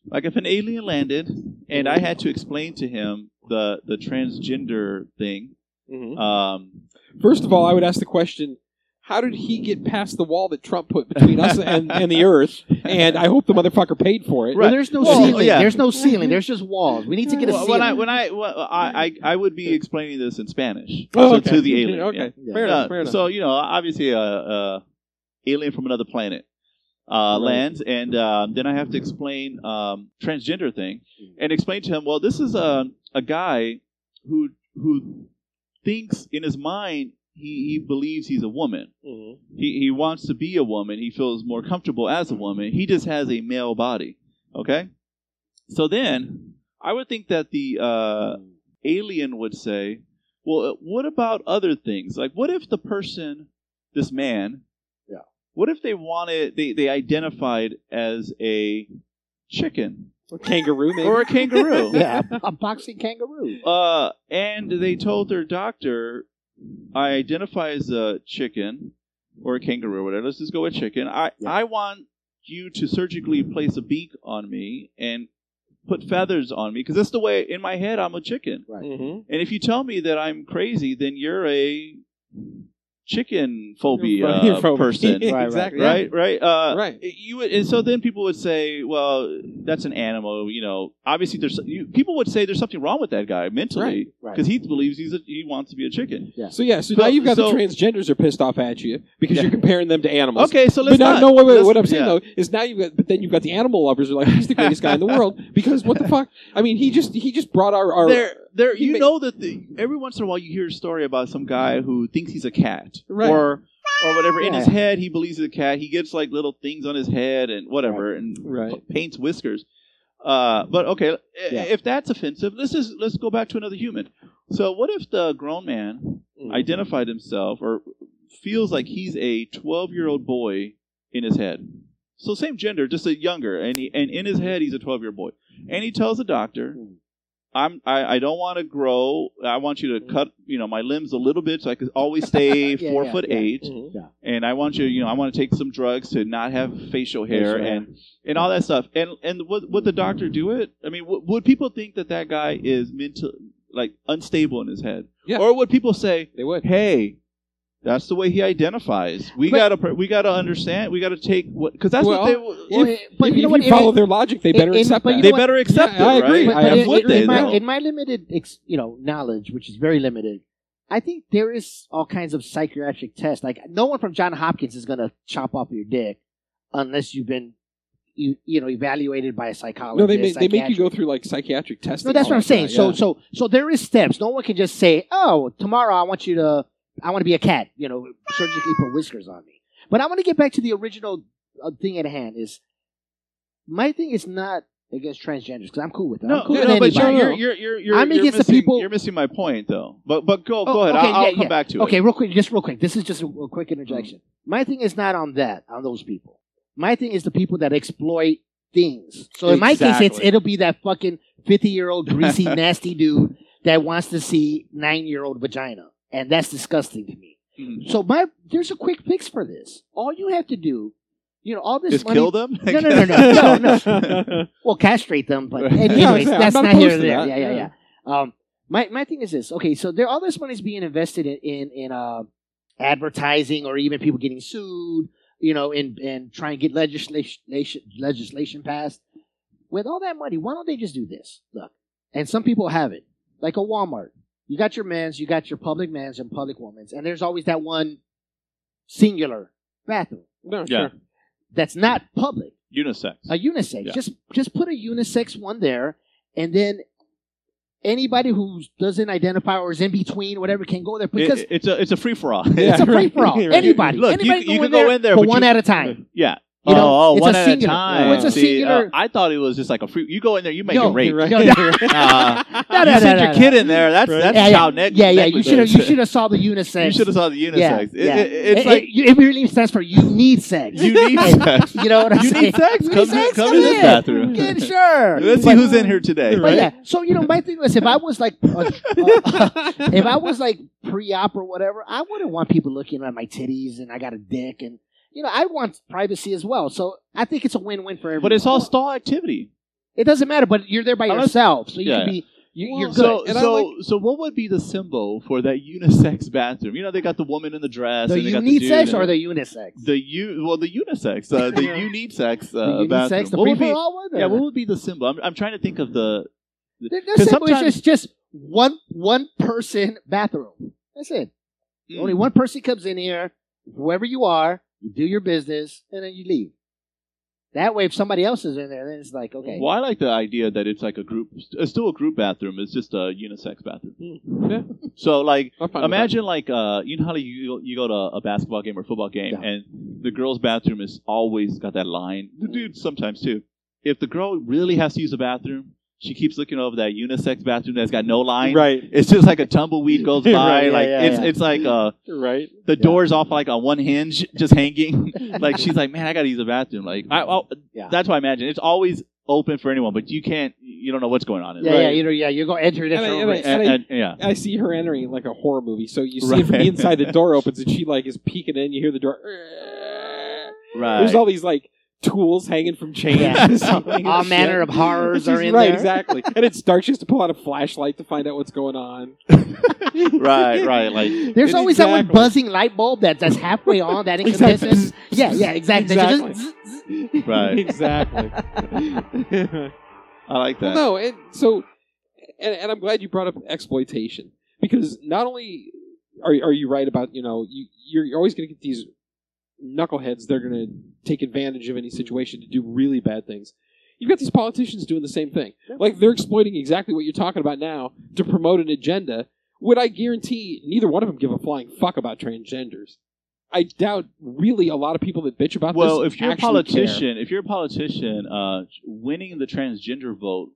S1: Like if an alien landed and I had to explain to him the the transgender thing,
S2: Mhm.
S1: um,
S2: First of all, I would ask the question: How did he get past the wall that Trump put between us and, and the Earth? And I hope the motherfucker paid for it.
S1: Right.
S3: Well, there's no
S1: Well,
S3: ceiling.
S1: yeah.
S3: There's no ceiling. There's just walls. We need to get a
S1: Well,
S3: ceiling.
S1: when I when I, when I I I would be explaining this in Spanish
S2: Oh,
S1: so
S2: okay.
S1: to the alien.
S2: Okay,
S1: yeah.
S3: yeah.
S2: fair enough.
S1: Uh,
S2: Fair enough.
S1: So you know, obviously, uh, uh, alien from another planet uh, lands, and um, then I have to explain um, transgender thing
S2: Mm-hmm.
S1: and explain to him. Well, this is a a guy who who thinks in his mind he, he believes he's a woman.
S2: Mm-hmm.
S1: He he wants to be a woman. He feels more comfortable as a woman. He just has a male body. Okay, so then I would think that the uh, alien would say, "Well, uh, what about other things? Like, what if the person, this man,
S3: Yeah.
S1: what if they wanted they they identified as a chicken
S2: Or kangaroo, maybe.
S1: or a kangaroo?
S3: yeah, a boxing kangaroo.
S1: Uh, and they told their doctor, I identify as a chicken or a kangaroo or whatever. Let's just go with chicken. I,
S3: Yeah.
S1: I want you to surgically place a beak on me and put feathers on me because that's the way in my head I'm a chicken.
S3: Mm-hmm.
S2: Mhm.
S1: And if you tell me that I'm crazy, then you're a chicken phobia
S2: You're phobia.
S1: uh, person.
S2: Yeah,
S3: Right, right,
S2: exactly.
S1: Right, right, uh,
S2: Right.
S1: You would, and so then people would say, "Well, that's an animal." You know, obviously there's you, people would say there's something wrong with that guy mentally
S3: Right.
S1: because he believes he's a, he wants to be a chicken.
S2: So yeah, so,
S1: So-
S2: now you've got
S1: so-
S2: the transgenders are pissed off at you because
S1: Yeah.
S2: you're comparing them to animals.
S1: Okay, so let's
S2: But now,
S1: not.
S2: no, wait, wait.
S1: let's-
S2: What I'm saying
S1: yeah.
S2: though is now you've got, but then you've got the animal lovers who are like, he's the greatest guy in the world because what the fuck? I mean, he just he just brought our our
S1: there, there.
S2: he
S1: You
S2: ma-
S1: know that the, every once in a while you hear a story about some guy who thinks he's a cat,
S2: Right.
S1: or or whatever. In
S3: Yeah.
S1: his head, he believes he's a cat. He gets like little things on his head and whatever, and
S2: right.
S1: paints whiskers. Uh, but okay, i-
S3: Yeah.
S1: if that's offensive, let's just let's go back to another human. So what if the grown man identified himself or feels like he's a 12 year old boy in his head? So same gender, just a younger, and he, and in his head he's a 12 year old boy, and he tells the doctor.
S3: Mm.
S1: I'm. I, I don't want to grow. I want you to cut, you know, my limbs a little bit so I could always stay
S3: Yeah,
S1: four
S3: yeah,
S1: foot
S3: yeah.
S1: eight and I want you, you know, I want to take some drugs to not have facial hair
S3: Facial hair.
S1: and and all that stuff. And and would, would the doctor do it? I mean, would, would people think that that guy is mental, like unstable in his head,
S2: Yeah.
S1: or would people say,
S2: They would.
S1: "Hey, that's the way he identifies. We
S3: But-
S1: gotta pr- we gotta understand. We gotta take what because that's
S2: Well,
S1: what they w-
S3: Well,
S2: If-
S3: but
S2: if
S3: you know what?
S2: you follow
S3: It-
S2: their logic, they better
S3: it- it-
S2: accept
S3: but
S2: that.
S3: you know
S1: they
S3: what?
S1: better accept
S2: Yeah, I
S1: it,
S2: agree.
S1: right?
S3: But,
S2: I
S3: but
S2: have
S3: in,
S1: would
S2: absolutely
S1: they
S3: in
S2: agree.
S1: though?
S3: my, in my limited, ex, you know, knowledge, which is very limited, I think there is all kinds of psychiatric tests. Like no one from John Hopkins is going to chop off your dick unless you've been, you, you know, evaluated by a psychologist.
S2: no, they make, they make you
S3: psychiatrist.
S2: go through like psychiatric testing.
S3: No, that's
S2: and
S3: what
S2: all
S3: I'm saying.
S2: that,
S3: So
S2: yeah.
S3: so so there is steps. No one can just say, "Oh, tomorrow I want you to I want to be a cat," you know, surgically put whiskers on me. But I want to get back to the original uh, thing at hand is my thing is not against transgenders because I'm cool with that.
S1: No,
S3: I'm cool
S1: no,
S3: with
S1: but you're,
S3: anybody.
S1: you're, you're, you're, you're,
S3: I'm
S1: you're
S3: against the
S1: missing,
S3: people-
S1: You're missing my point, though. But but go
S3: Oh,
S1: go ahead.
S3: okay,
S1: I'll, I'll
S3: yeah,
S1: come
S3: yeah.
S1: back to
S3: okay,
S1: it. Mm-hmm.
S3: real quick, just real quick. This is just a, a quick interjection. My thing is not on that, on those people. My thing is the people that exploit things. So in my case, it's
S1: Exactly.
S3: it'll be that fucking fifty-year-old greasy, nasty dude that wants to see nine-year-old vagina, and that's disgusting to me.
S1: Mhm.
S3: So my there's a quick fix for this. All you have to do, you know, all this
S1: Just
S3: money.
S1: kill them.
S3: No, no, no, no, no, no. Well, castrate them, but
S1: Right.
S2: Yeah, I was
S3: anyways,
S2: saying, I'm
S3: that's
S2: not
S3: not here or
S2: opposed to
S3: there.
S2: that.
S3: Yeah, yeah, yeah. Um, my my thing is this. Okay, so there all this money is being invested in in, in uh, advertising or even people getting sued. You know, and and try and get legislation legislation passed. With all that money, why don't they just do this? Look, and some people have it, like a Walmart. You got your men's, you got your public men's and public women's, and there's always that one singular bathroom
S2: No,
S1: Yeah.
S2: sure.
S3: that's not public,
S1: Unisex.
S3: a unisex.
S1: Yeah.
S3: Just just put a unisex one there, and then anybody who doesn't identify or is in between, whatever, can go there
S1: It-
S3: because
S1: it's a it's a free for all.
S2: Yeah.
S3: it's a free for all.
S2: Right.
S3: Anybody,
S1: Look, you-
S3: anybody
S1: you can
S3: go, in there,
S1: go in there,
S3: but
S1: but
S3: one
S1: you-
S3: at a time.
S1: Yeah.
S3: You know,
S1: oh, oh,
S3: it's
S1: one
S3: a
S1: at
S3: singular.
S1: a time.
S2: Well, it's
S3: a
S1: See,
S3: singular-
S1: uh, I thought it was just like a free. You go in there, you make
S3: No,
S1: a rape.
S2: Right.
S3: No, no,
S1: Uh,
S3: no,
S1: you
S3: no,
S1: sent
S3: no,
S1: your
S3: no.
S1: kid in there. That's
S2: Right.
S1: that's
S3: Yeah, yeah.
S1: child neg-
S3: Yeah, yeah. You should have. You
S1: negligence.
S3: should have saw the unisex.
S1: You should have saw the unisex.
S3: Yeah,
S1: It-
S3: yeah.
S1: it- it's
S3: it,
S1: like
S3: it, it really stands for you need sex.
S1: you need sex.
S3: You know what I'm
S1: You
S3: saying?
S1: need sex.
S3: You
S1: Come,
S3: need sex?
S1: come to this
S3: in.
S1: bathroom.
S3: Get in, sure.
S1: Let's see
S3: But-
S1: who's in here today.
S3: But yeah, so you know, my thing was if I was like, uh, uh, if I was like pre-op or whatever, I wouldn't want people looking at my titties and I got a dick and you know I want privacy as well. So I think it's a win-win for everyone.
S1: But it's all stall activity.
S3: it doesn't matter. But you're there by
S1: Unless-
S3: yourself, so you
S1: yeah.
S3: can be you,
S2: Well,
S3: you're good.
S1: So,
S2: And I
S1: so, so, what would be the symbol for that unisex bathroom? You know, they got the woman in the dress.
S3: the
S1: and they
S3: you
S1: got
S3: need
S1: the dude
S3: sex
S1: in
S3: or
S1: it.
S3: the unisex?
S1: the u well the unisex uh, the you need sex
S3: The
S1: uh, bathroom.
S3: unisex, the
S1: what would be,
S3: free-for-all one?
S1: yeah,
S3: or-
S1: what would be the symbol? I'm, I'm trying to think of the
S3: They're, they're
S1: 'Cause
S3: simple. It's
S1: sometimes-
S3: just, just one one person bathroom. That's it.
S1: Mm.
S3: Only one person comes in here. Whoever you are, you do your business, and then you leave. That way, if somebody else is in there, then it's like okay.
S1: Well, I like the idea that it's like a group. It's still a group bathroom. It's just a unisex bathroom.
S2: Yeah.
S3: Hmm.
S1: So like,
S2: I'm fine with
S1: imagine like uh, you know how you you go to a basketball game or football game,
S3: Yeah.
S1: and the girls' bathroom is always got that line. The dudes sometimes too. If the girl really has to use the bathroom, she keeps looking over that unisex bathroom that's got no
S2: that.
S1: line.
S2: Right.
S1: It's just like a tumbleweed goes by.
S2: Right,
S3: yeah,
S1: like
S3: yeah,
S1: it's
S3: yeah.
S1: it's like uh
S2: Right.
S1: the
S3: Yeah.
S1: door's off like on one hinge, just hanging. like she's like, man, I gotta use the bathroom. Like I, I
S3: Yeah.
S1: that's what I imagine. It's always open for anyone, but you can't. You don't know what's going on. In
S3: yeah,
S1: there.
S3: yeah, you know, yeah, you're gonna enter it.
S2: And I- and I-
S3: Right.
S1: And- and- yeah.
S2: I see her entering like a horror movie. So you see it from
S1: Right.
S2: the inside. The door opens and she like is peeking in. You hear the door.
S1: Right.
S2: There's all these like tools hanging from chains.
S3: Yeah.
S2: and something
S3: All
S2: and
S3: manner
S2: shit.
S3: of horrors
S2: She's
S3: are in
S2: right,
S3: there.
S2: exactly. And it starts just to pull out a flashlight to find out what's going on.
S1: Right, right, like-
S3: There's
S2: It's
S3: always that one
S2: exactly-
S3: buzzing light bulb that, that's halfway on that
S2: Exactly.
S3: incandescent. Yeah, yeah, exactly. They just-
S2: Exactly.
S1: Right.
S2: exactly.
S1: I like that.
S2: Well, no, and so, and, and I'm glad you brought up exploitation because not only are are you right about you know you you're, you're always going to get these knuckleheads they're going to take advantage of any situation to do really bad things. You've got these politicians doing the same thing, like they're exploiting exactly what you're talking about now to promote an agenda. Would I guarantee neither one of them give a flying fuck about transgenders? I doubt really a lot of people that bitch about
S1: well,
S2: this.
S1: if you're a
S2: actually care.
S1: politician, if you're a politician, uh, winning the transgender vote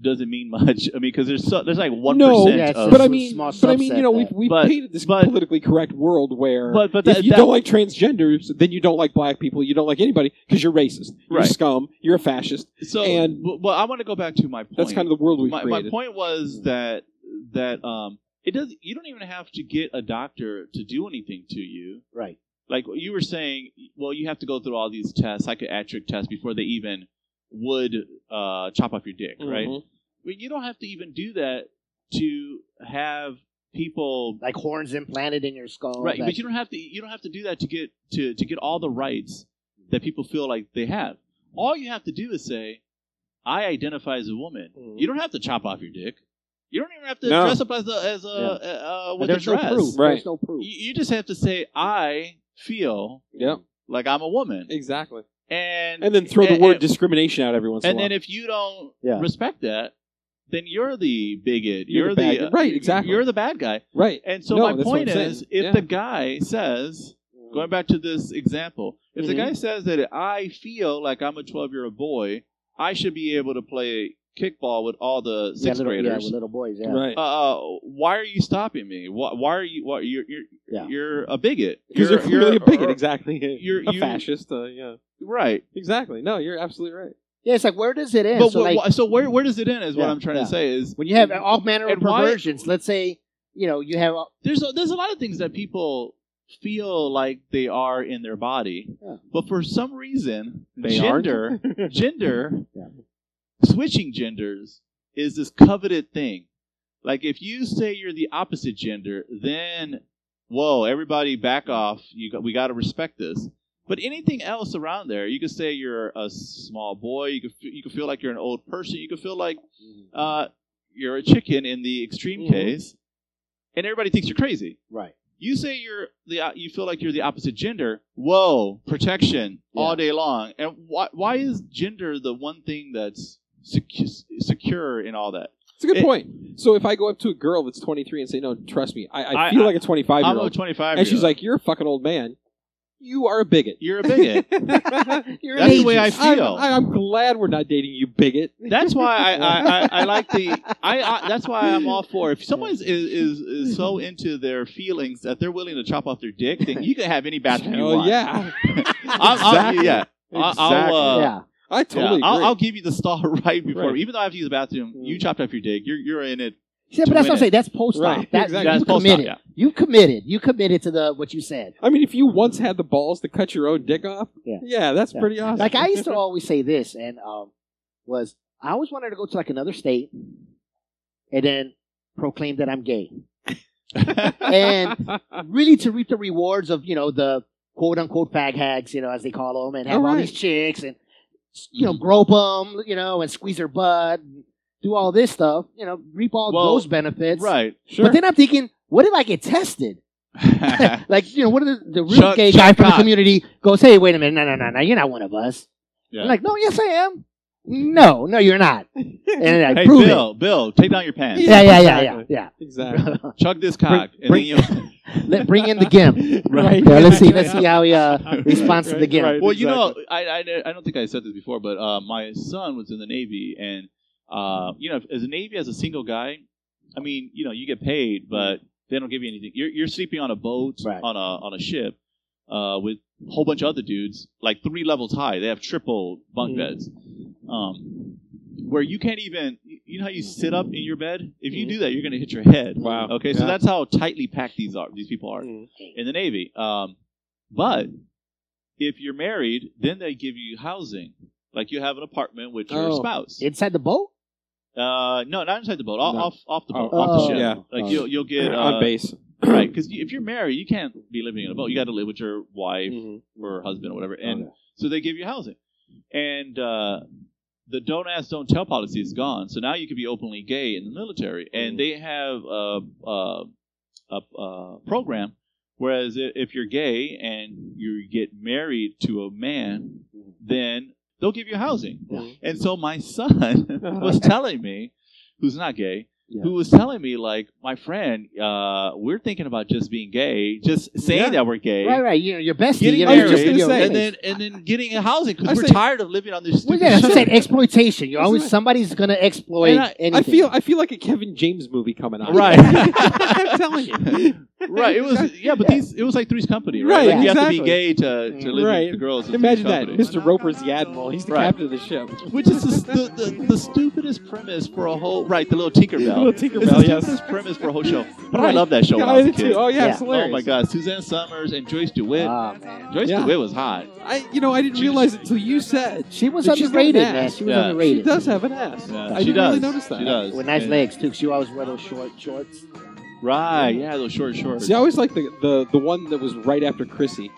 S1: doesn't mean much. I mean, because there's so, there's like one
S3: Yeah, it's
S1: of.
S2: but
S3: a
S2: I mean,
S3: small
S2: but I mean, you
S3: subset
S2: know,
S3: that-
S2: we've, we've
S1: But-
S2: painted this
S1: but-
S2: politically correct world where
S1: but but
S2: if
S1: that,
S2: you
S1: that-
S2: don't like transgenders, then you don't like black people, you don't like anybody because you're racist, you're
S1: Right.
S2: scum, you're a fascist.
S1: so
S2: and-
S1: well, well, I want to go back to my point.
S2: That's kind of the world we've
S1: my, my
S2: created.
S1: point was that that um it does you don't even have to get a doctor to do anything to you
S3: Right.
S1: like you were saying well you have to go through all these tests psychiatric tests before they even would uh, chop off your dick right
S2: Mhm.
S1: but you don't have to even do that to have people
S3: like horns implanted in your skull.
S1: right
S3: that-
S1: but you don't have to you don't have to do that to get to to get all the rights that people feel like they have all you have to do is say i identify as a woman
S2: Mhm.
S1: you don't have to chop off your dick you don't even have to
S2: No.
S1: dress up as a as a uh, uh,
S3: but
S1: with a
S3: there's no
S1: dress
S3: proof.
S2: Right.
S3: There's no proof.
S1: you, you just have to say i feel
S2: Yep,
S1: like i'm a woman
S2: exactly.
S1: and
S2: And then throw the
S1: and-
S2: word
S1: and-
S2: discrimination out every once in
S1: and
S2: a while.
S1: then if you don't
S3: Yeah.
S1: respect that then you're the bigot
S2: You're
S1: you're,
S2: the bad
S1: the,
S2: guy.
S1: uh,
S2: Right, exactly.
S1: you're the bad guy
S2: right.
S1: and so
S2: No,
S1: my
S2: that's what
S1: point
S2: I'm saying.
S1: is if
S2: Yeah. Mm.
S1: the guy says going back to this example, if
S2: Mhm.
S1: the guy says that I feel like I'm a 12 year old boy, I should be able to play kickball with all the
S3: yeah,
S1: sixth
S3: little, yeah,
S1: graders.
S3: with little boys. Yeah.
S2: Right.
S1: uh, uh, why are you stopping me? Why, why are you? Why, you're you're
S3: Yeah.
S1: you're a bigot.
S2: Because you're, clearly a bigot,
S1: or-
S2: exactly.
S1: you're-
S2: a
S1: you-
S2: fascist. Uh, yeah,
S1: Right.
S2: exactly. No, you're absolutely right.
S3: Yeah, it's like where does it end?
S1: but
S3: so
S1: wh-
S3: like,
S1: wh- so where where does it end? Is what
S3: Yeah,
S1: I'm trying
S3: yeah.
S1: to say is
S3: when you have all manner of
S1: And why-
S3: perversions, let's say you know you have uh,
S1: there's a, there's a lot of things that people feel like they are in their body,
S3: Yeah.
S1: but for some reason,
S2: They
S1: gender gender
S3: Yeah.
S1: switching genders is this coveted thing. Like if you say you're the opposite gender, then whoa, everybody back off. You got, we got to respect this. But anything else around there, you could say you're a small boy. You could f- you could feel like you're an old person. You could feel like
S3: Mm-hmm.
S1: uh, you're a chicken in the extreme
S2: Mhm.
S1: case, and everybody thinks you're crazy
S3: right.
S1: You say you're the o- you feel like you're the opposite gender. Whoa, protection all day long. And why why is gender the one thing that's secu- secure in all that?
S2: It's a good
S1: It-
S2: point. So if I go up to a girl that's 23 and say, "No, trust me, I, I,
S1: I-
S2: feel
S1: I-
S2: like a 25
S1: I'm
S2: year
S1: a
S2: old,"
S1: 25,
S2: and she's like, "You're a fucking old man. uh, You are a bigot."
S1: "You're a bigot."
S3: You're
S1: That's the way I
S3: ageist.
S2: I'm,
S1: feel.
S2: I- I'm glad we're not dating you, bigot.
S1: That's why I, I, I, I like the I, I that's why I'm all for if someone is, is is so into their feelings that they're willing to chop off their dick, then you can have any bathroom you
S2: Hell
S1: want.
S2: Oh, yeah,
S1: I'll, I'll,
S2: Exactly.
S1: yeah. I'll- I'll, uh,
S2: Exactly.
S3: yeah.
S2: I totally
S1: yeah, I'll,
S2: agree.
S1: I'll give you the stall right before,
S2: Right.
S1: even though I have to use the bathroom. You
S3: Mm.
S1: chopped off your dick. You're you're in it.
S3: Yeah,
S1: to
S3: but that's what
S1: win
S3: I'm
S1: it.
S3: saying. That's post op.
S2: Right,
S3: That,
S2: exactly.
S3: You
S1: That's post-op,
S3: committed.
S1: yeah.
S3: You committed. You committed to the what you said.
S2: I mean, if you once had the balls to cut your own dick off,
S3: Yeah.
S2: that's
S3: Yeah.
S2: pretty awesome.
S3: Like I used to always say this, and um, was I always wanted to go to like another state, and then proclaim that I'm gay, and really to reap the rewards of you know the quote unquote fag hags, you know as they call them, and have
S2: Oh,
S3: all,
S2: right.
S3: these chicks and you know grope them, you know, and squeeze their butt, and do all this stuff, you know, reap all
S1: Well,
S3: those benefits.
S1: right.
S2: sure.
S3: But then I'm thinking, what if I get tested? like you know, what are the, the real
S1: Chuck-
S3: gay
S1: Chuck
S3: guy from the
S1: Todd.
S3: community goes, "Hey, wait a minute, no, no, no, no, you're not one of us."
S1: Yeah.
S3: I'm like, "No, yes, I am." No, no, you're not. And I
S1: hey,
S3: prove
S1: Bill, Bill, take down your pants.
S3: it. Yeah, yeah, yeah, yeah,
S2: Exactly.
S3: yeah.
S2: exactly.
S1: Chug this cock.
S3: bring-
S1: and then
S3: Let bring in the gimp.
S1: you,
S2: Right.
S3: Yeah, let's see, let's see how he uh, responds to the
S2: Right,
S3: gimp.
S2: right.
S1: Well, you know, I, I I don't think I said this before, but uh, my son was in the Navy, and uh, you know, as a Navy as a single guy, I mean, you know, you get paid, but they don't give you anything. You're you're sleeping on a boat
S3: Right.
S1: on a on a ship uh, with a whole bunch of other dudes, like three levels high. They have triple bunk
S2: Mhm.
S1: beds, um, where you can't even. You know how you sit up in your bed? If you
S2: Mhm.
S1: do that, you're going to hit your head.
S2: Wow.
S1: Okay,
S2: Yeah.
S1: so that's how tightly packed these are. These people are
S2: Mm.
S1: in the Navy. Um, but if you're married, then they give you housing. Like you have an apartment with your
S2: Oh.
S1: spouse.
S3: Inside the boat?
S1: uh, no, not inside the boat. Off,
S2: No.
S1: off, off the boat.
S2: Oh,
S1: off the
S3: oh,
S1: ship.
S2: yeah.
S1: Like
S2: Oh.
S1: you'll, you'll get uh,
S2: on base.
S1: right because if you're married, you can't be living in a boat. You got to live with your wife
S2: Mhm.
S1: or husband or whatever.
S2: Oh,
S1: And so they give you housing. And uh, the don't ask, don't tell policy is gone. So now you can be openly gay in the military. And
S2: Mm.
S1: they have a, a, a, a program. Whereas i- if you're gay and you get married to a man,
S2: Mm-hmm.
S1: then they'll give you housing.
S2: Mhm.
S1: And so my son was telling me, who's not gay,
S2: Yeah.
S1: who was telling me, like, my friend, uh, we're thinking about just being gay, just saying
S2: Yeah.
S1: that we're gay
S3: Right, right. You know, your bestie.
S1: Getting
S3: you know,
S1: married.
S3: you're just-
S2: I was just gonna
S3: you're-
S1: and then and then getting a housing
S2: I
S1: because we're
S2: say-
S1: tired of living on this
S3: Well,
S1: stupid
S3: yeah, that's what I'm
S1: shit.
S3: saying. Exploitation. You're
S2: That's
S3: always
S2: right.
S3: somebody's gonna exploit
S1: And I- I
S3: anything.
S2: I feel I feel like a Kevin James movie coming out.
S1: Right.
S2: I'm telling you.
S1: right. It was yeah, but these it was like Three's Company, right?
S2: Right,
S1: Like, you have to
S2: exactly.
S1: be gay to, to live
S2: Right.
S1: with the girls. in
S2: Imagine
S1: Three's
S2: that.
S1: Company.
S2: Mr. Roper's the admiral. He's the
S1: Right.
S2: captain of the ship.
S1: Which is the, the, the, the stupidest premise for a whole right? The little Tinkerbell.
S2: Little Tinkerbell,
S1: It's the
S2: yes.
S1: stupidest premise for a whole show. But I
S2: Right.
S1: love that show.
S2: Yeah,
S1: when I was a
S2: did
S1: kid.
S2: too. Oh yeah,
S3: Yeah.
S2: it's
S1: Oh
S2: hilarious. Uh,
S1: my God, Suzanne Summers and Joyce DeWitt.
S3: Ah, man.
S1: Joyce
S2: Yeah.
S1: DeWitt was hot.
S2: I you know I didn't
S1: She
S2: realize it until you said
S3: She was
S2: But she's got an
S3: underrated,
S2: ass.
S3: man. She was
S1: Yeah.
S3: underrated.
S2: she does have an ass.
S1: Yeah,
S2: I
S1: she
S2: didn't
S1: does.
S2: really notice that.
S1: She does.
S3: With nice
S1: And-
S3: legs too. 'cause She always wore those short shorts.
S1: Right. Yeah, those short shorts.
S2: See, I always like the, the the one that was right after Chrissy.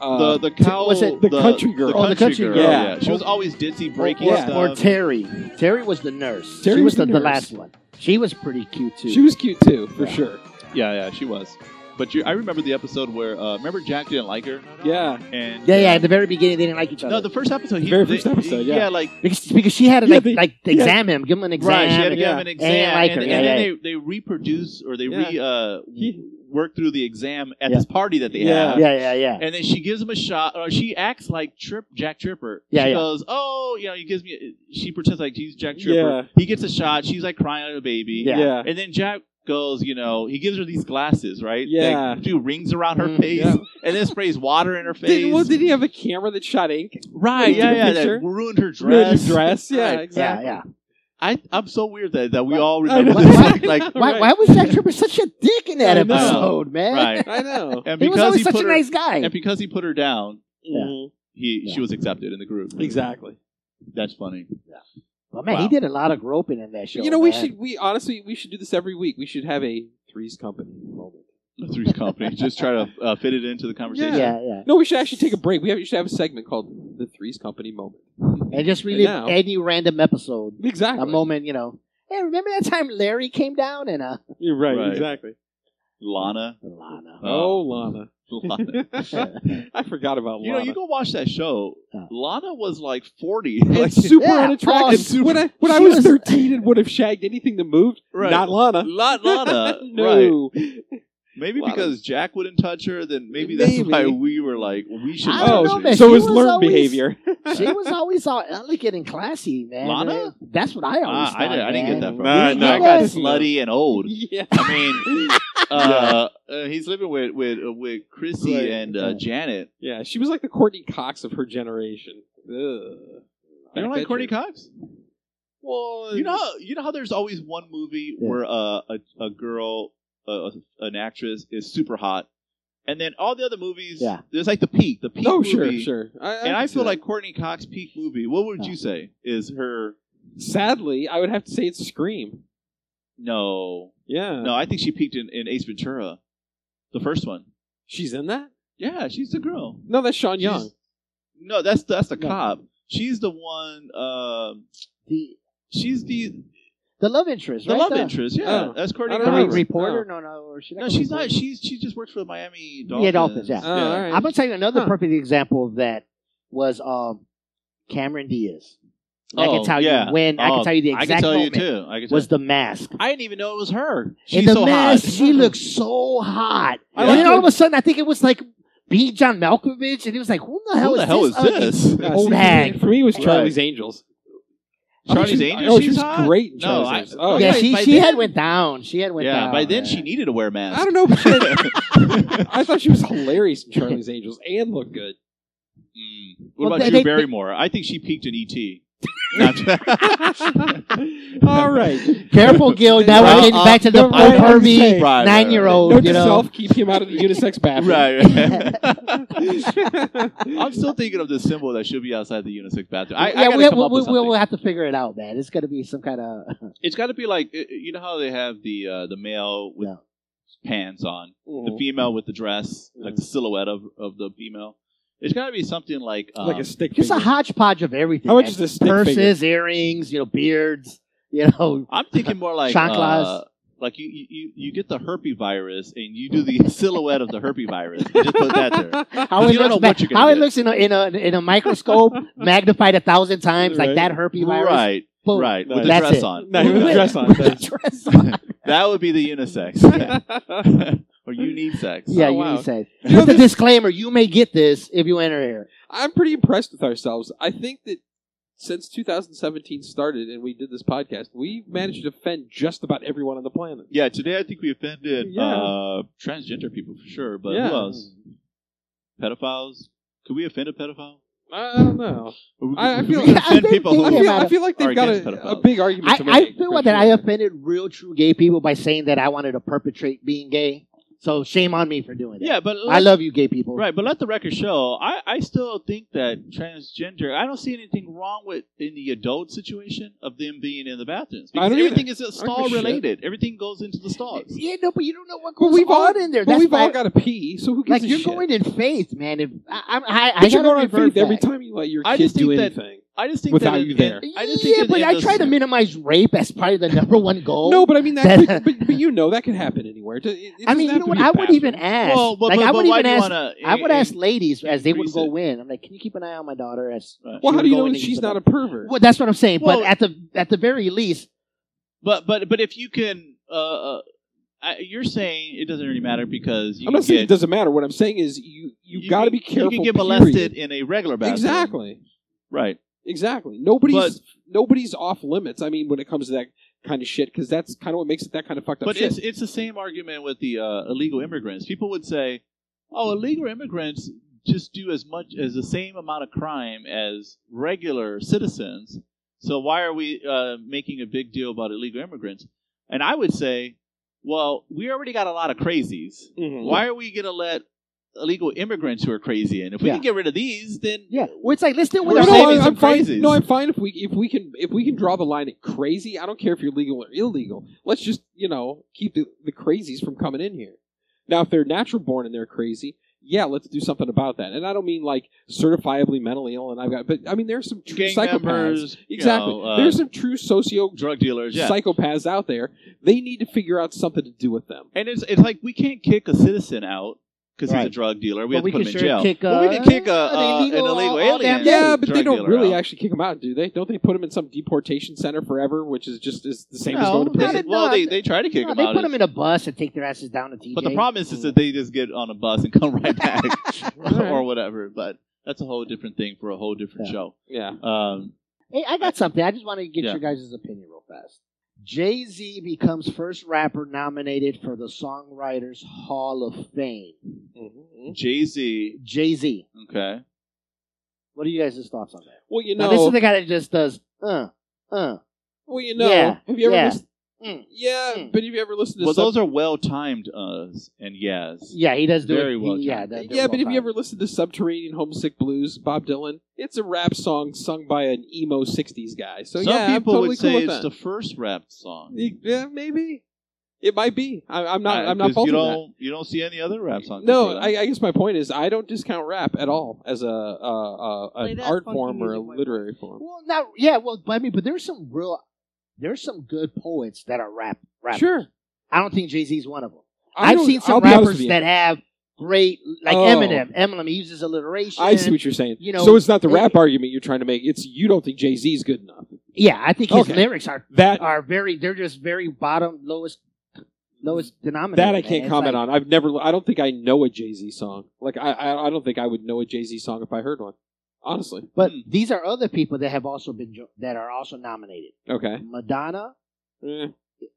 S2: Uh,
S1: the the cow
S3: was it
S2: the country girl?
S1: The
S3: Oh, the
S1: country
S3: country
S1: girl.
S2: girl.
S1: Yeah.
S2: Yeah.
S1: she was always ditzy, breaking
S3: or,
S1: stuff.
S3: or Terry. Terry was the nurse.
S2: Terry
S3: she
S2: was the
S3: was the, the
S2: nurse.
S3: last one. She was pretty cute too.
S2: she was cute too, for
S3: Yeah.
S2: sure.
S1: Yeah, yeah, she was. But you, I remember the episode where uh, remember Jack didn't like her,
S2: Yeah,
S1: and
S3: yeah, yeah. At the very beginning, they didn't like each other
S1: No, the first episode. He,
S2: Very
S1: they-
S2: first episode, yeah.
S1: like
S3: because because she had to
S2: Yeah,
S3: like
S2: they-
S3: like
S2: yeah.
S3: exam him, give him an exam.
S1: right. She had to
S3: and-
S1: give
S2: yeah.
S1: him an
S3: And
S1: exam,
S3: like her,
S1: and,
S3: yeah,
S1: and then
S3: yeah.
S1: they they reproduce or they re uh,
S2: He-
S1: work through the exam at
S3: Yeah.
S1: this party that they
S2: Yeah.
S1: have.
S3: yeah, yeah, yeah.
S1: And then she gives him a shot, or she acts like Trip Jack Tripper.
S3: Yeah,
S1: she
S3: yeah.
S1: goes, "Oh, you know," he gives me. She pretends like he's Jack Tripper.
S2: Yeah.
S1: He gets a shot. She's like crying like a baby.
S3: Yeah.
S2: yeah,
S1: And then Jack goes, you know, he gives her these glasses, right?
S2: Yeah.
S1: That do rings around her
S3: Mm,
S1: face,
S2: yeah.
S1: and then sprays water in her face.
S2: Did, well, did he have a camera that shot ink?
S1: Right,
S2: Took
S1: yeah,
S2: a
S1: yeah.
S2: picture.
S1: That ruined her dress.
S2: Ruined your dress. Yeah,
S1: Right.
S2: exactly.
S3: Yeah, yeah.
S1: I, I'm so weird that, that we
S3: Why-
S1: all
S2: I
S1: remember
S2: know.
S1: this.
S3: Why-
S1: like, like-
S3: Why,
S2: Right.
S3: why was Jack Tripper such a dick in that
S2: I know.
S3: episode, man?
S1: right.
S2: I know.
S1: And
S3: He was
S1: because
S3: always
S1: he
S3: such
S1: put
S3: a
S1: her,
S3: nice guy.
S1: and because he put her down,
S3: Yeah.
S2: Mhm.
S1: he she
S3: Yeah.
S1: was accepted in the group.
S2: Exactly.
S1: That's funny.
S3: but man,
S1: Wow.
S3: he did a lot of groping in that show.
S2: you know, we
S3: man.
S2: should we honestly we should do this every week. We should have a threes company moment.
S1: The Three's Company. Just try to uh, fit it into the conversation.
S3: Yeah, yeah.
S2: No, we should actually take a break. We, have, we should have a segment called the threes company moment.
S3: And just relive
S2: now-
S3: any random episode,
S2: Exactly.
S3: a moment, you know. Hey, remember that time Larry came down and uh,
S2: You're right,
S1: Right.
S2: Exactly.
S1: Lana.
S3: Lana.
S2: Oh, Lana.
S1: Lana.
S2: I forgot about
S1: You know,
S2: Lana.
S1: you go watch that show.
S3: Uh.
S1: Lana was like forty.
S2: and
S1: Like,
S2: super
S3: Yeah,
S2: unattractive.
S1: awesome.
S2: When I when I
S3: She
S2: was
S3: was-
S2: thirteen and would have shagged anything that moved,
S1: Right.
S2: not Lana.
S1: Not Lana. Right.
S2: no.
S1: Maybe
S2: Lana.
S1: because Jack wouldn't touch her, then maybe that's
S2: Maybe.
S1: why we were like, we should
S3: I
S1: touch
S3: don't
S1: her.
S3: know, man.
S2: Oh, so
S3: she
S2: it was
S3: was
S2: learned
S3: always-
S2: behavior.
S3: she was always all elegant and classy, man. Uh,
S1: Lana?
S3: That's what I always
S1: Ah,
S3: thought.
S1: I, didn't, I didn't get
S3: man.
S1: that from
S2: Nah,
S1: her.
S3: no.
S1: I got
S3: Yes.
S1: slutty and old.
S2: yeah.
S1: I mean, uh, uh, he's living with with uh, with Chrissy
S2: Right.
S1: and uh, Janet.
S2: Yeah, she was like the Courtney Cox of her generation. Ugh.
S1: You don't like Courtney Cox?
S2: Well,
S1: You know, how- you know how there's always one movie
S3: Yeah.
S1: where uh, a a girl, uh, an actress, is super hot, and then all the other movies,
S3: Yeah.
S1: there's like the peak, the peak
S2: Oh,
S1: movie.
S2: sure, sure.
S1: And I
S2: can see
S1: feel
S2: that.
S1: like Courtney Cox peak movie. What would you say is her?
S2: sadly, I would have to say it's Scream.
S1: No,
S2: Yeah,
S1: no, I think she peaked in, in Ace Ventura, the first one.
S2: she's in that.
S1: Yeah, she's the girl.
S2: No, that's Sean
S1: She's-
S2: Young.
S1: No, that's that's the
S3: No.
S1: cop. She's the one. Um,
S3: The,
S1: she's the
S3: the love interest,
S1: the
S3: right?
S1: love
S3: the,
S1: interest. Yeah,
S2: Oh.
S1: that's Courtney
S2: I don't
S3: The
S1: Cox.
S3: re-
S2: No.
S3: reporter? No, no. or she
S1: No,
S3: a
S1: she's
S3: reporter?
S1: not. She's she just works for the Miami Dolphins.
S3: Yeah, Dolphins, yeah.
S2: Oh, all right.
S3: I'm gonna tell you another
S2: Huh.
S3: perfect example of that was um, Cameron Diaz. And I
S1: Oh,
S3: can tell
S1: yeah.
S3: you when. I
S1: Oh,
S3: can tell you the
S1: I
S3: exact
S1: can tell you
S3: moment
S1: too. I can tell.
S3: was the mask.
S1: I didn't even know it was her. She's
S3: In the
S1: so
S3: mask,
S1: hot.
S3: she looked so hot.
S1: I
S3: and
S1: like
S3: then
S1: it.
S3: all of a sudden, I think it was like B. John Malkovich, and he was like, "Who the
S1: Who
S3: hell is
S1: the hell is
S3: this?" Oh, ugly
S1: this?
S2: Yeah,
S3: Old
S2: see,
S3: hag.
S2: For me, it was
S1: Right.
S2: Charlie's Angels.
S1: Charlie's
S2: Oh, she's-
S1: Angels?
S2: Oh,
S1: She's
S2: she's
S1: hot?
S2: great. in
S1: No,
S2: Charlie's
S1: I-
S2: Angels. Oh,
S1: okay.
S3: Yeah,
S1: Right,
S3: she
S1: by
S3: she
S1: then-
S3: had went down. She had went
S1: Yeah.
S3: down.
S1: by then,
S3: yeah.
S1: she needed to wear a mask.
S2: I don't know. But she had- I thought she was hilarious in Charlie's Angels and looked good.
S1: Mm. What
S3: Well,
S1: about
S3: they-
S1: Drew
S3: they-
S1: Barrymore? I think she peaked in E E.T. Not-
S2: All right.
S3: Careful, Gil. Now
S1: Uh,
S3: we're getting
S1: uh,
S3: back to the
S2: no, right,
S3: old pervy
S2: right,
S1: right, right.
S3: nine-year-old.
S2: Note
S3: you
S2: to
S3: know,
S2: self: keep him out of the unisex bathroom.
S1: right. I'm still thinking of the symbol that should be outside the unisex bathroom. I, I
S3: yeah,
S1: gotta
S3: we,
S1: come up with
S3: we, we,
S1: something.
S3: will have to figure it out, man. It's gonna be some kind of
S1: It's got to be like uh, you know how they have the uh, the male with pants on,
S2: Mm-hmm.
S1: the female with the dress, like the silhouette of, of the female. It's got to be something like um,
S2: like a stick.
S3: just a
S2: figure.
S3: hodgepodge of everything.
S2: How much
S3: man.
S2: is this stick figure?
S3: Purses, earrings, you know, beards, you know.
S1: I'm thinking more like
S3: Chanclas.
S1: uh, like you, you- you you get the herpy virus and you do the silhouette of the herpy virus. You just put that there.
S3: How it
S1: You don't
S3: looks,
S1: know
S3: ma-
S1: what you're gonna
S3: how it
S1: get.
S3: looks in a in a in a microscope, magnified a thousand times,
S2: Right.
S3: like that herpy virus.
S1: Right,
S3: Boom.
S1: right, with the
S3: That's
S1: dress
S3: it.
S1: on.
S2: No, with the dress on.
S3: With the dress on.
S1: That would be the unisex. or unisex.
S3: Yeah,
S2: Oh,
S3: you
S2: wow.
S3: need sex.
S2: You know,
S3: With the
S2: this-
S3: disclaimer, you may get this if you enter here.
S2: I'm pretty impressed with ourselves. I think that since 2017 started and we did this podcast, we managed to offend just about everyone on the planet.
S1: Yeah, today I think we offended
S2: Yeah.
S1: uh, transgender people for sure, but
S2: Yeah.
S1: who else? Pedophiles? Could we offend a pedophile?
S2: I, I don't know.
S1: Or we-
S2: I- I
S1: could we
S2: feel-
S1: offend
S3: I think
S1: people
S3: they-
S2: I
S1: who
S3: they
S2: feel,
S3: might
S2: I feel like
S1: are
S2: they've got
S1: against
S2: a, a
S1: pedophiles.
S2: big argument
S3: I,
S2: to
S3: I
S2: make.
S3: feel
S2: for
S3: that I
S2: sure.
S3: offended real true gay people by saying that I wanted to perpetrate being gay. So shame on me for doing that.
S1: Yeah, but
S3: I
S1: let-
S3: love you, gay people.
S1: Right, but let the record show. I, I still think that transgender. I don't see anything wrong with in the adult situation of them being in the bathrooms.
S2: I don't
S1: Because everything is
S2: I
S1: stall
S2: don't give a
S1: related. Everything goes into the stalls.
S3: Yeah, no, but you don't know what
S2: But
S3: goes
S2: we've all-
S3: on in there.
S2: But
S3: That's
S2: we've all
S3: why-
S2: got to pee, so who gives
S3: like
S2: a
S3: you're
S2: shit?
S3: going in faith, man. If I, I, I, I
S2: but you're
S3: gotta
S2: going on
S3: revert
S2: faith every
S3: back.
S2: time you let your
S1: I
S2: kid
S1: just
S2: do
S1: think that-
S2: anything.
S1: I just think
S2: Without
S1: that
S2: you
S1: in-
S2: there.
S1: I just think
S3: yeah,
S1: that
S3: but
S1: in
S3: I
S1: the-
S3: try to minimize rape as probably the number one goal.
S2: No, but I mean that.
S3: That-
S2: could, but, but you know that could happen anywhere. It- it
S3: I
S2: doesn't
S3: mean, you
S2: have
S3: know
S2: to
S3: what?
S2: be a
S3: I would even
S2: bathroom.
S3: ask.
S1: Well, but,
S3: like
S1: but,
S3: I
S1: but
S3: would
S1: why
S3: even
S1: do you
S3: ask.
S1: wanna,
S3: I would
S1: eh,
S3: ask ladies as they would
S1: increase
S3: go
S1: it?
S3: in. I'm like, can you keep an eye on my daughter? As
S1: eh, right.
S2: Well, how
S3: would
S2: do you
S3: go
S2: know
S3: in
S2: that
S3: and
S2: she's
S3: use the
S2: not a pervert?
S3: well, that's what I'm saying.
S1: Well-
S3: but at the at the very least,
S1: But but but if you can, uh, uh, I, you're saying it doesn't really matter because you
S2: I'm
S1: can
S2: not saying it
S1: get
S2: doesn't matter. What I'm saying is you you, got to
S1: can-
S2: be careful.
S1: You can get
S2: period.
S1: molested in a regular bathroom.
S2: Exactly.
S1: Right.
S2: Exactly. Nobody's nobody's off limits. I mean, when it comes to that kind of shit, because that's kind of what makes it that kind of fucked up
S1: But
S2: shit.
S1: it's it's the same argument with the uh, illegal immigrants. People would say, "Oh, illegal immigrants just do as much as the same amount of crime as regular citizens. So why are we uh, making a big deal about illegal immigrants?" And I would say, "Well, we already got a lot of crazies.
S2: Mhm.
S1: mm-hmm. Why are we gonna let illegal immigrants who are crazy in? If we
S3: Yeah.
S1: can get rid of these, then
S3: yeah, well, it's like let's deal with
S1: We're
S2: No,
S3: our
S2: no,
S1: saving
S2: I- I'm,
S1: some
S2: fine.
S1: crazies.
S2: No, I'm fine if we if we can if we can draw the line at crazy. I don't care if you're legal or illegal. Let's just you know keep the, the crazies from coming in here. Now, if they're natural born and they're crazy, yeah, let's do something about that. And I don't mean like certifiably mentally ill, and I've got, but I mean there's some true
S1: Gang
S2: psychopaths.
S1: members, you
S2: exactly.
S1: know, uh,
S2: there's some true socio
S1: drug dealers, yeah.
S2: psychopaths out there. They need to figure out something to do with them.
S1: and it's it's like we can't kick a citizen out because he's a
S3: Right.
S1: drug dealer. We
S3: But
S1: have
S3: we
S1: to put him
S3: can
S1: in
S3: sure
S1: jail.
S3: kick,
S1: But we can
S3: uh,
S1: kick a,
S3: an
S1: uh,
S3: illegal
S1: an illegal
S3: all- all
S1: alien.
S3: damn
S2: Yeah,
S3: Yeah,
S2: but
S1: drug
S2: they don't
S1: dealer
S2: really
S1: out.
S2: actually kick them out, do they? Don't they put them in some deportation center forever, which is just is the same as
S1: No,
S2: going to
S1: they-
S2: prison?
S3: prison.
S1: well, they, they try to kick
S3: No,
S1: him
S3: they
S1: out.
S3: put them in a bus and take their asses down to TJ.
S1: but the problem is, is that they just get on a bus and come right back or whatever. But that's a whole different thing for a whole different
S3: Yeah.
S1: show.
S2: Yeah.
S1: Um,
S3: Hey, I got something. I just want to get
S1: Yeah.
S3: your guys' opinion real fast. Jay Z becomes first rapper nominated for the Songwriters Hall of Fame.
S1: Mm-hmm. Jay Z.
S3: Jay Z.
S1: Okay.
S3: What are you guys' thoughts on that?
S2: Well, you
S3: Now, this
S2: know.
S3: is the guy that just does, uh, uh.
S2: well, you know.
S3: Yeah,
S2: Have you ever?
S3: yeah.
S2: Listened,
S3: Mm.
S2: yeah,
S3: Mm.
S2: but have you ever listened to?
S1: Well,
S2: some-
S1: those are well timed uhs and yes.
S3: Yeah, he does do
S1: Very
S3: it. He-
S1: well done.
S3: yeah, that-
S2: yeah,
S3: that-
S2: but have you ever listened to Subterranean Homesick Blues, Bob Dylan? It's a rap song sung by an emo '60s guy. So
S1: Some
S2: yeah, I'm
S1: people
S2: totally
S1: would
S2: cool
S1: say
S2: with
S1: it's
S2: that.
S1: the first rap song.
S2: Yeah, maybe. It might be. I, I'm not.
S1: Uh,
S2: I'm not
S1: 'cause you
S2: faulting that.
S1: don't you don't see any other rap songs.
S2: No,
S1: before that.
S2: I, I guess my point is I don't discount rap at all as a, uh, uh,
S5: Play
S2: an
S5: that
S2: art
S5: funky
S2: form or a
S5: music, Mike.
S2: literary form.
S3: Well, not, yeah, well, but I mean, but there's some real, there's some good poets that are rap, rappers.
S2: Sure,
S3: I don't think Jay Z's one of them.
S2: I
S3: I've
S2: don't-
S3: seen some
S2: I'll be honest with
S3: rappers
S2: you.
S3: that have great, like
S2: Oh.
S3: Eminem. Eminem he uses alliteration.
S2: I see what you're saying.
S3: you know,
S2: so it's not the
S3: it-
S2: rap argument you're trying to make. It's you don't think Jay Z is good enough.
S3: Yeah, I think his
S2: Okay.
S3: lyrics are
S2: That
S3: are very. They're just very bottom lowest lowest denominator.
S2: that I
S3: man.
S2: can't
S3: It's
S2: comment
S3: like-
S2: on. I've never. I don't think I know a Jay Z song. Like I, I, I don't think I would know a Jay Z song if I heard one. Honestly.
S3: But
S1: Hmm.
S3: these are other people that have also been jo- that are also nominated.
S2: Okay.
S3: Madonna.
S2: Eh,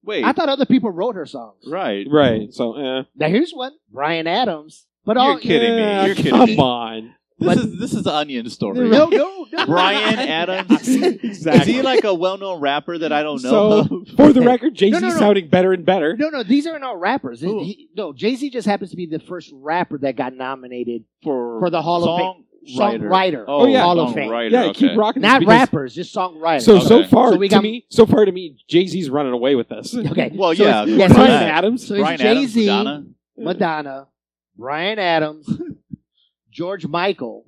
S1: wait.
S3: I thought other people wrote her songs.
S1: right.
S2: right. So. Eh.
S3: Now here's one. Brian Adams. But
S1: You're
S3: all
S1: kidding me.
S2: Yeah,
S1: You're kidding
S2: Eh, come
S1: me.
S2: on.
S1: This
S3: But-
S1: is this is the onion story.
S3: No, no, no.
S1: Brian Adams. Is
S2: exactly.
S1: he like a well known rapper that I don't
S2: So-
S1: know? of?
S2: For the record, Jay Z
S3: no, no.
S2: sounding better and better.
S3: No, no, these aren't all rappers.
S1: Who?
S3: He- no, Jay Z just happens to be the first rapper that got nominated
S1: for
S3: for the Hall of
S1: songwriter.
S3: Fame. Songwriter.
S1: Oh,
S2: yeah.
S3: Hall of Fame.
S1: songwriter,
S2: yeah,
S1: okay.
S2: keep rocking. this
S3: Not
S2: because-
S3: rappers, just songwriters.
S2: So so
S1: Okay.
S2: far
S3: So we
S2: to
S3: got-
S2: me, so far to me, Jay Z's running away with us.
S3: okay.
S1: Well,
S3: So
S1: yeah,
S3: it's-
S1: of
S3: yeah,
S1: course not.
S3: so it's-
S2: Brian Adams.
S3: So
S1: Brian
S3: it's Jay
S1: Adams,
S3: Z,
S1: Madonna.
S3: Madonna, Brian Adams, George Michael.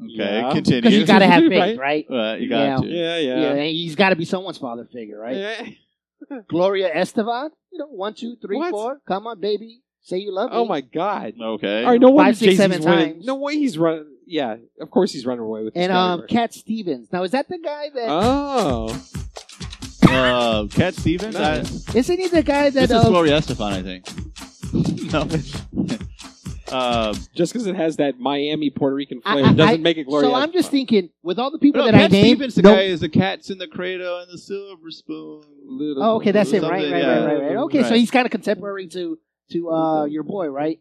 S1: Okay,
S2: Yeah.
S1: continue.
S3: Because you got to have
S2: Right.
S3: faith, right?
S1: Uh, you got to.
S2: Yeah,
S3: Yeah.
S2: yeah.
S3: and he's got to be someone's father figure, right?
S2: Yeah.
S3: Gloria Estevan. You know, one, two, three, four.
S2: What?
S3: Come on, baby, say you love me.
S2: Oh my God.
S1: Okay.
S2: All right, no wonder
S3: Five, six,
S2: Jay Z's
S3: seven
S2: winning.
S3: times.
S2: No way he's running. Yeah, of course he's running away with. this
S3: And um,
S2: category.
S3: Cat Stevens. Now, is that the guy that?
S2: oh,
S1: Uh, Cat Stevens. I,
S2: Nice.
S3: not he the guy that?
S1: this is
S3: uh,
S1: Gloria Estefan, I think. no. uh,
S2: just because it has that Miami Puerto Rican
S3: I-
S2: flavor
S3: I-
S2: doesn't
S3: I-
S2: make it glorious.
S3: so I'm just thinking, with all the people
S1: no,
S3: that
S1: Cat
S3: I named,
S1: Stevens, the
S3: no-
S1: guy is the cats in the cradle and the silver spoon.
S3: Oh, okay, that's it.
S1: him,
S3: Right, right,
S1: Something,
S3: right,
S1: yeah.
S3: right, right. Okay, so
S1: Right.
S3: he's kind of contemporary to to uh, your boy, right?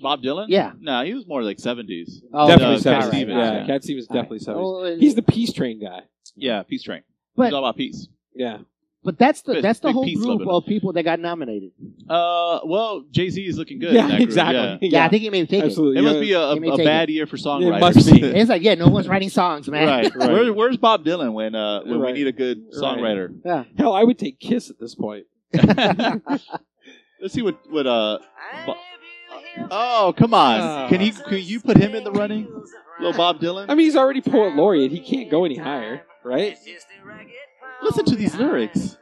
S1: Bob Dylan?
S3: Yeah.
S1: No, he was more like 70s.
S3: Oh,
S2: Definitely
S1: No,
S2: so.
S1: Cat
S3: all
S1: Stevens,
S3: all
S2: yeah,
S1: yeah.
S2: Cat Stevens
S3: all right.
S2: definitely so.
S3: Oh,
S2: He's the Peace Train guy.
S1: Yeah, Peace Train.
S3: But-
S1: He's all about peace.
S2: Yeah.
S3: But that's the
S1: Big-
S3: that's the
S1: big
S3: whole
S1: peace
S3: group
S1: loving.
S3: of people that got nominated.
S1: Uh, well, Jay Z is looking good. in that
S2: yeah,
S1: group,
S2: exactly.
S3: Yeah, I think he may have taken.
S1: yeah.
S2: absolutely.
S1: It must
S2: Yeah.
S1: be a, a,
S3: He may
S1: a
S3: take
S1: bad year for songwriters.
S2: must be.
S3: It's like, yeah, no one's writing songs, man.
S1: right,
S2: Right.
S1: Where, where's Bob Dylan when uh, when
S2: Right.
S1: we need a good
S2: Right.
S1: songwriter?
S2: Hell, I would take Kiss at this point.
S1: Let's see what what uh. Bo- oh come on!
S2: Ah.
S1: can he can you put him in the running? Little Bob Dylan.
S2: I mean, he's already poet laureate. He can't go any higher, right?
S1: listen to these lyrics.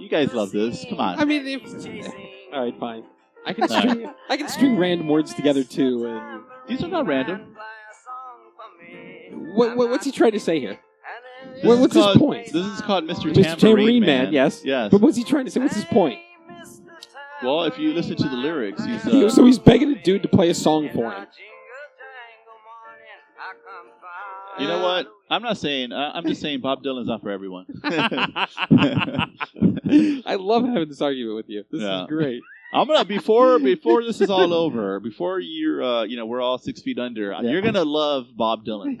S1: You guys love this. Come on.
S2: I mean, if, all right, fine. I can string, I can string random words together too. And
S1: These are not random.
S2: what, what what's he trying to say here? What,
S1: is
S2: what's his
S1: called-
S2: point?
S1: This is called Mr.
S2: Mr.
S1: Tambourine,
S2: Tambourine
S1: Man.
S2: Man, yes.
S1: Yes.
S2: But what's he trying to say? What's his point?
S1: well, if you listen to the lyrics, he's
S2: He-
S1: uh,
S2: so he's begging a dude to play a song for him.
S1: You know what? I'm not saying. Uh, I'm just saying Bob Dylan's not for everyone.
S2: I love having this argument with you. This
S1: Yeah.
S2: is great.
S1: I'm gonna before before this is all over, before you're uh, you know we're all six feet under, you're gonna love Bob Dylan.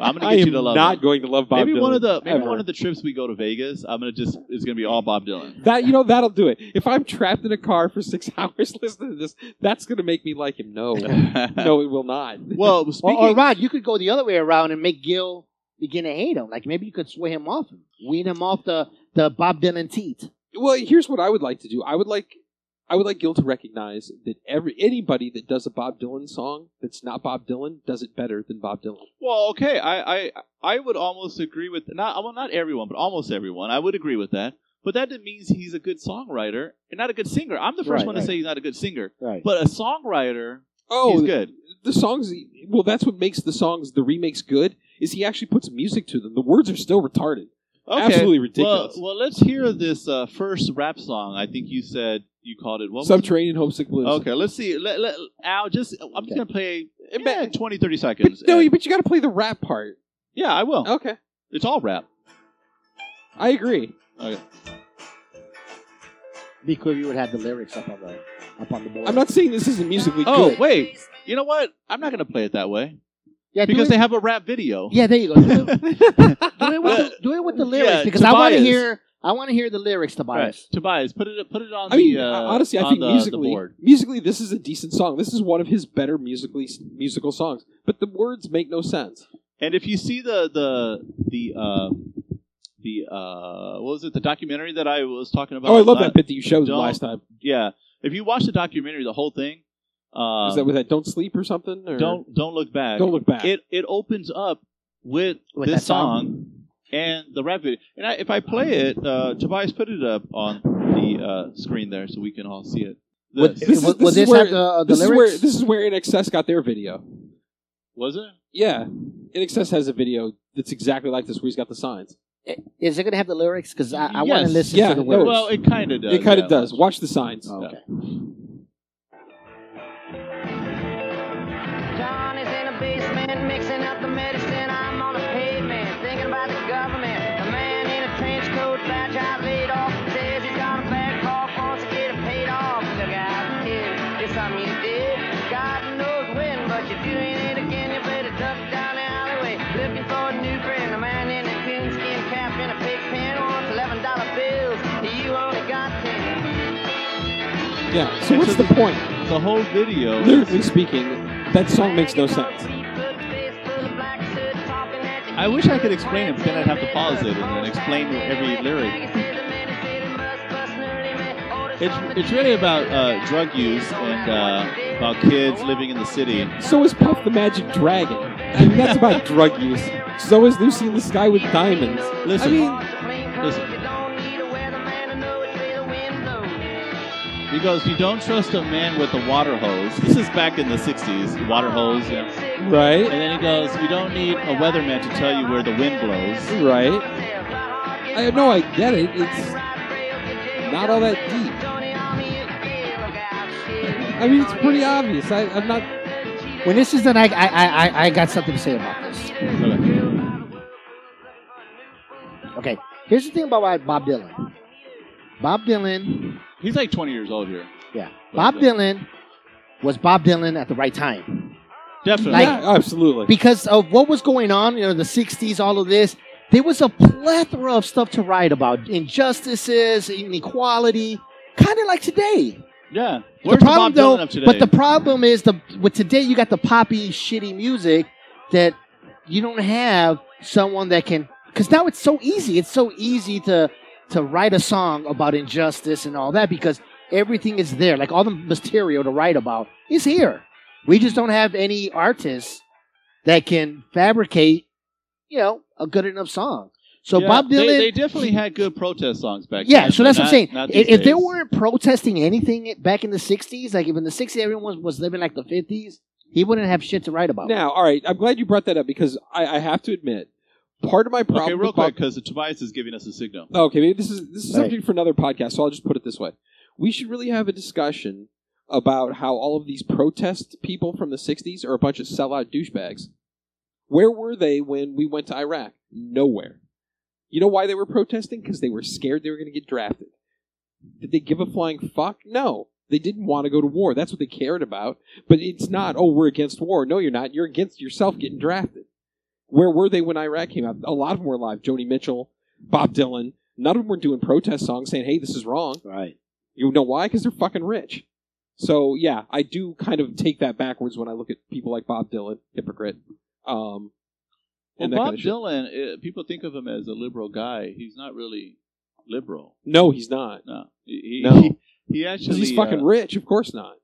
S1: I'm gonna
S2: I
S1: get
S2: am
S1: you to love.
S2: not
S1: him.
S2: going to love Bob
S1: maybe
S2: Dylan
S1: one of the maybe
S2: ever.
S1: one of the trips we go to Vegas, I'm gonna just it's gonna be all Bob Dylan.
S2: That you know that'll do it. If I'm trapped in a car for six hours listening to this, that's gonna make me like him. No, no, it will not.
S1: Well,
S3: Or,
S1: speaking.
S3: or Rod, you could go the other way around and make Gil begin to hate him. Like maybe you could sway him off, him. wean him off the the Bob Dylan teat.
S2: Well, here's what I would like to do. I would like, I would like Gil to recognize that every anybody that does a Bob Dylan song that's not Bob Dylan does it better than Bob Dylan.
S1: Well, okay, I, I I would almost agree with not well not everyone, but almost everyone. I would agree with that. But that means he's a good songwriter and not a good singer. I'm the first
S3: Right,
S1: one
S3: right.
S1: to say he's not a good singer,
S3: Right.
S1: but a songwriter,
S2: Oh,
S1: he's good.
S2: the songs. Well, that's what makes the songs the remakes good is he actually puts music to them. The words are still retarded.
S1: Okay.
S2: Absolutely
S1: Well,
S2: ridiculous.
S1: well, let's hear this uh, first rap song. I think you said you called it what? was it?
S2: Subterranean homesick blues.
S1: Okay, let's see. Let, let, Al, just I'm
S3: Okay.
S1: just gonna play yeah,
S2: man-
S1: 20, 30
S2: But,
S1: seconds. and-
S2: no,
S1: Oh.
S2: you- Oh. but you got to play the rap part.
S1: yeah, I will.
S2: Okay,
S1: It's all rap.
S2: I agree.
S1: Okay.
S3: Be cool if you would have the lyrics up on the up on the board.
S2: I'm not saying this isn't musically
S1: Oh
S2: good.
S1: wait, you know what? I'm not gonna play it that way
S3: yeah, do
S1: because
S3: it-
S1: they have a rap video.
S3: Yeah, there you go. Do it, do it with, the, do it with the lyrics
S1: Yeah,
S3: because I want to
S1: Tobias.
S3: hear I want to hear the lyrics,
S1: Right.
S3: Tobias.
S1: Tobias, put it put it on
S2: I mean,
S1: the uh,
S2: honestly, I
S1: on
S2: think
S1: the, the
S2: musically,
S1: board.
S2: musically, this is a decent song. This is one of his better musically musical songs. But the words make no sense.
S1: And if you see the the the um, the uh, what was it? The documentary that I was talking about.
S2: Oh, I love
S1: la-
S2: that bit that you showed
S1: don't-
S2: last time.
S1: Yeah, if you watch the documentary, the whole thing. Uh,
S2: Is that with that "Don't Sleep" or something? Or
S1: don't don't look back.
S2: Don't look back.
S1: It it opens up with,
S3: With
S1: this
S3: that song?
S1: song, and the rap video. And I, if I play it, uh, Tobias put it up on the uh, screen there so we can all see it. The-
S3: Would,
S2: This is-
S3: would- would
S2: this is
S3: this
S2: where-
S3: have the, uh, the
S2: this is
S3: lyrics?
S2: where this is where NXS got their video.
S1: was it?
S2: Yeah, NXS has a video that's exactly like this where he's got the signs.
S3: Is it going to have the lyrics? Because I, I want
S1: Yes.
S3: to listen
S2: Yeah,
S3: to the
S2: no,
S3: words.
S1: Well, it kind of does.
S2: it kind of
S1: yeah.
S2: does. Watch the signs.
S3: Oh, okay.
S6: John is in a basement mixing up the medicine. I'm on a pavement thinking about the government. A man in a trench coat, badge I laid off, says he's got a bad cough, wants to get it paid off. Look out, kid, it's something you did. God knows when, but you're doing it again. You better duck down the alleyway, looking for a new friend. A man in a coonskin cap in a pig pen wants eleven dollar bills. You only got ten.
S2: Yeah. So what's the point?
S1: The whole video. is-
S2: Lyrically speaking, that song makes no sense.
S6: I
S1: I wish I could explain it, but then I'd have to pause it and then explain every lyric. It's it's really about uh, drug use and uh, about kids living in the city.
S2: So is Puff the Magic Dragon. I mean, that's about drug use. So is Lucy in the Sky with Diamonds.
S1: Listen.
S2: I mean,
S1: Listen. He goes, "You don't trust a man with a water hose." This is back in the '60s, water hose. And, and
S2: right?
S1: then he goes, "You don't need a weatherman to tell you where the wind blows."
S2: Right? I know I get it. It's not all that deep. I mean, it's pretty obvious. I, I'm not.
S3: when this is done, I, I I I- I got something to say about this.
S1: Okay.
S3: Okay, here's the thing about why Bob Dylan. Bob Dylan,
S1: He's like 20 years old here.
S3: yeah, Bob Dylan was Bob Dylan at the right time.
S1: Definitely.
S3: Like-
S2: yeah, absolutely.
S3: because of what was going on, you know, the 60s, all of this, there was a plethora of stuff to write about injustices, inequality, kind of like today.
S1: yeah. Where's
S3: the
S1: Bob
S3: problem,
S1: Dylan
S3: though,
S1: up today?
S3: but the problem is the with today you got the poppy shitty music that you don't have someone that can because now it's so easy. It's so easy to to write a song about injustice and all that because everything is there. Like all the material to write about is here. We just don't have any artists that can fabricate, you know, a good enough song. So
S1: Yeah,
S3: Bob Dylan,
S1: They, they definitely had good protest songs back
S3: yeah,
S1: then.
S3: so
S1: but
S3: that's what
S1: not-
S3: I'm saying.
S1: not
S3: If,
S1: these
S3: if they
S1: days.
S3: weren't protesting anything back in the '60s, like if in the '60s everyone was living like the '50s, he wouldn't have shit to write about.
S2: Now, all right, I'm glad you brought that up because I, I have to admit, part of my problem.
S1: Okay, real
S2: with Bob-
S1: quick, because Tobias is giving us a signal.
S2: Okay, maybe this is this is
S3: Right.
S2: something for another podcast. So I'll just put it this way: we should really have a discussion about how all of these protest people from the '60s are a bunch of sellout douchebags. Where were they when we went to Iraq? Nowhere. You know why they were protesting? Because they were scared they were going to get drafted. Did they give a flying fuck? No. They didn't want to go to war. That's what they cared about. But it's not, oh, we're against war. No, you're not. You're against yourself getting drafted. Where were they when Iraq came out? A lot of them were alive. Joni Mitchell, Bob Dylan. None of them were doing protest songs saying, hey, this is wrong.
S3: right?
S2: You know why? Because they're fucking rich. So yeah, I do kind of take that backwards when I look at people like Bob Dylan, hypocrite. Um,
S1: Well,
S2: and that
S1: Bob
S2: kind of shit.
S1: Dylan, uh, people think of him as a liberal guy. He's not really liberal.
S2: No, he's not.
S1: No, he, he-
S2: No.
S1: he, He actually
S2: Because he's fucking
S1: uh,
S2: rich. Of course not.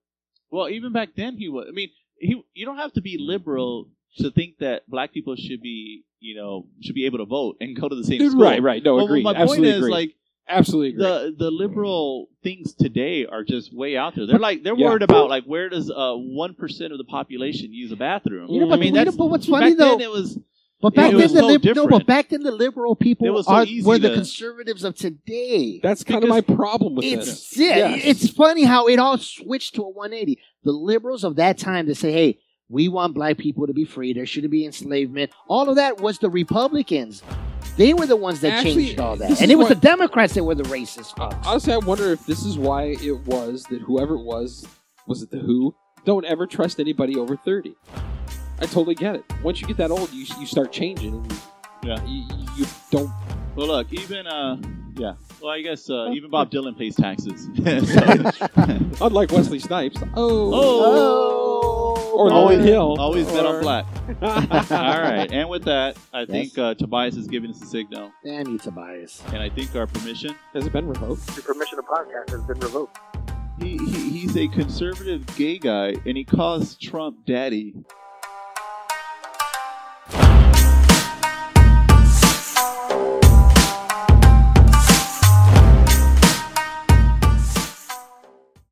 S1: Well, even back then he was. I mean, he you don't have to be liberal to think that black people should be, you know, should be able to vote and go to the same
S2: Dude,
S1: school.
S2: right, right. No,
S1: Well,
S2: agree.
S1: my
S2: Absolutely
S1: point is
S2: agree.
S1: like
S2: Absolutely agree.
S1: the the liberal things today are just way out there. They're like they're
S2: Yeah.
S1: worried about like where does uh one percent of the population use a bathroom?
S2: You know,
S1: I
S2: but
S1: mean,
S3: you know,
S1: that's
S3: but what's funny
S1: back
S3: though,
S1: then it was
S3: but
S1: it
S3: back
S1: was
S3: then the
S1: so
S3: lib- no,
S1: different.
S3: but back then the liberal
S1: It
S3: people
S1: was so
S3: are,
S1: easy
S3: were the
S1: to-
S3: conservatives of today.
S2: That's kind of my
S1: because
S2: problem with this.
S3: It's yeah,
S2: Yes.
S3: it's funny how it all switched to a 180. The liberals of that time that say, "Hey, we want black people to be free. There shouldn't be enslavement." All of that was the Republicans. They were the ones that
S2: Actually,
S3: changed all
S2: this
S3: that,
S2: is
S3: and it was
S2: what-
S3: the Democrats that were the racist
S2: Uh,
S3: folks.
S2: honestly, I wonder if this is why it was that whoever it was, was it the Who? Don't ever trust anybody over 30. I totally get it. Once you get that old, you, you start changing. And
S1: Yeah.
S2: You, you don't.
S1: well, look, even uh, yeah. Well, I guess uh, even Bob Dylan pays taxes. So,
S2: Unlike Wesley Snipes.
S1: Oh.
S2: Oh. Or
S3: But-
S2: Owen Hill.
S1: always bet on
S2: or-
S1: black. All right, and with that, I think uh, Tobias has given us a signal,
S3: Damn you, Tobias.
S1: and I think our permission.
S2: Has it been revoked?
S7: Your permission to podcast has been revoked.
S1: He, he he's a conservative gay guy, and he calls Trump daddy.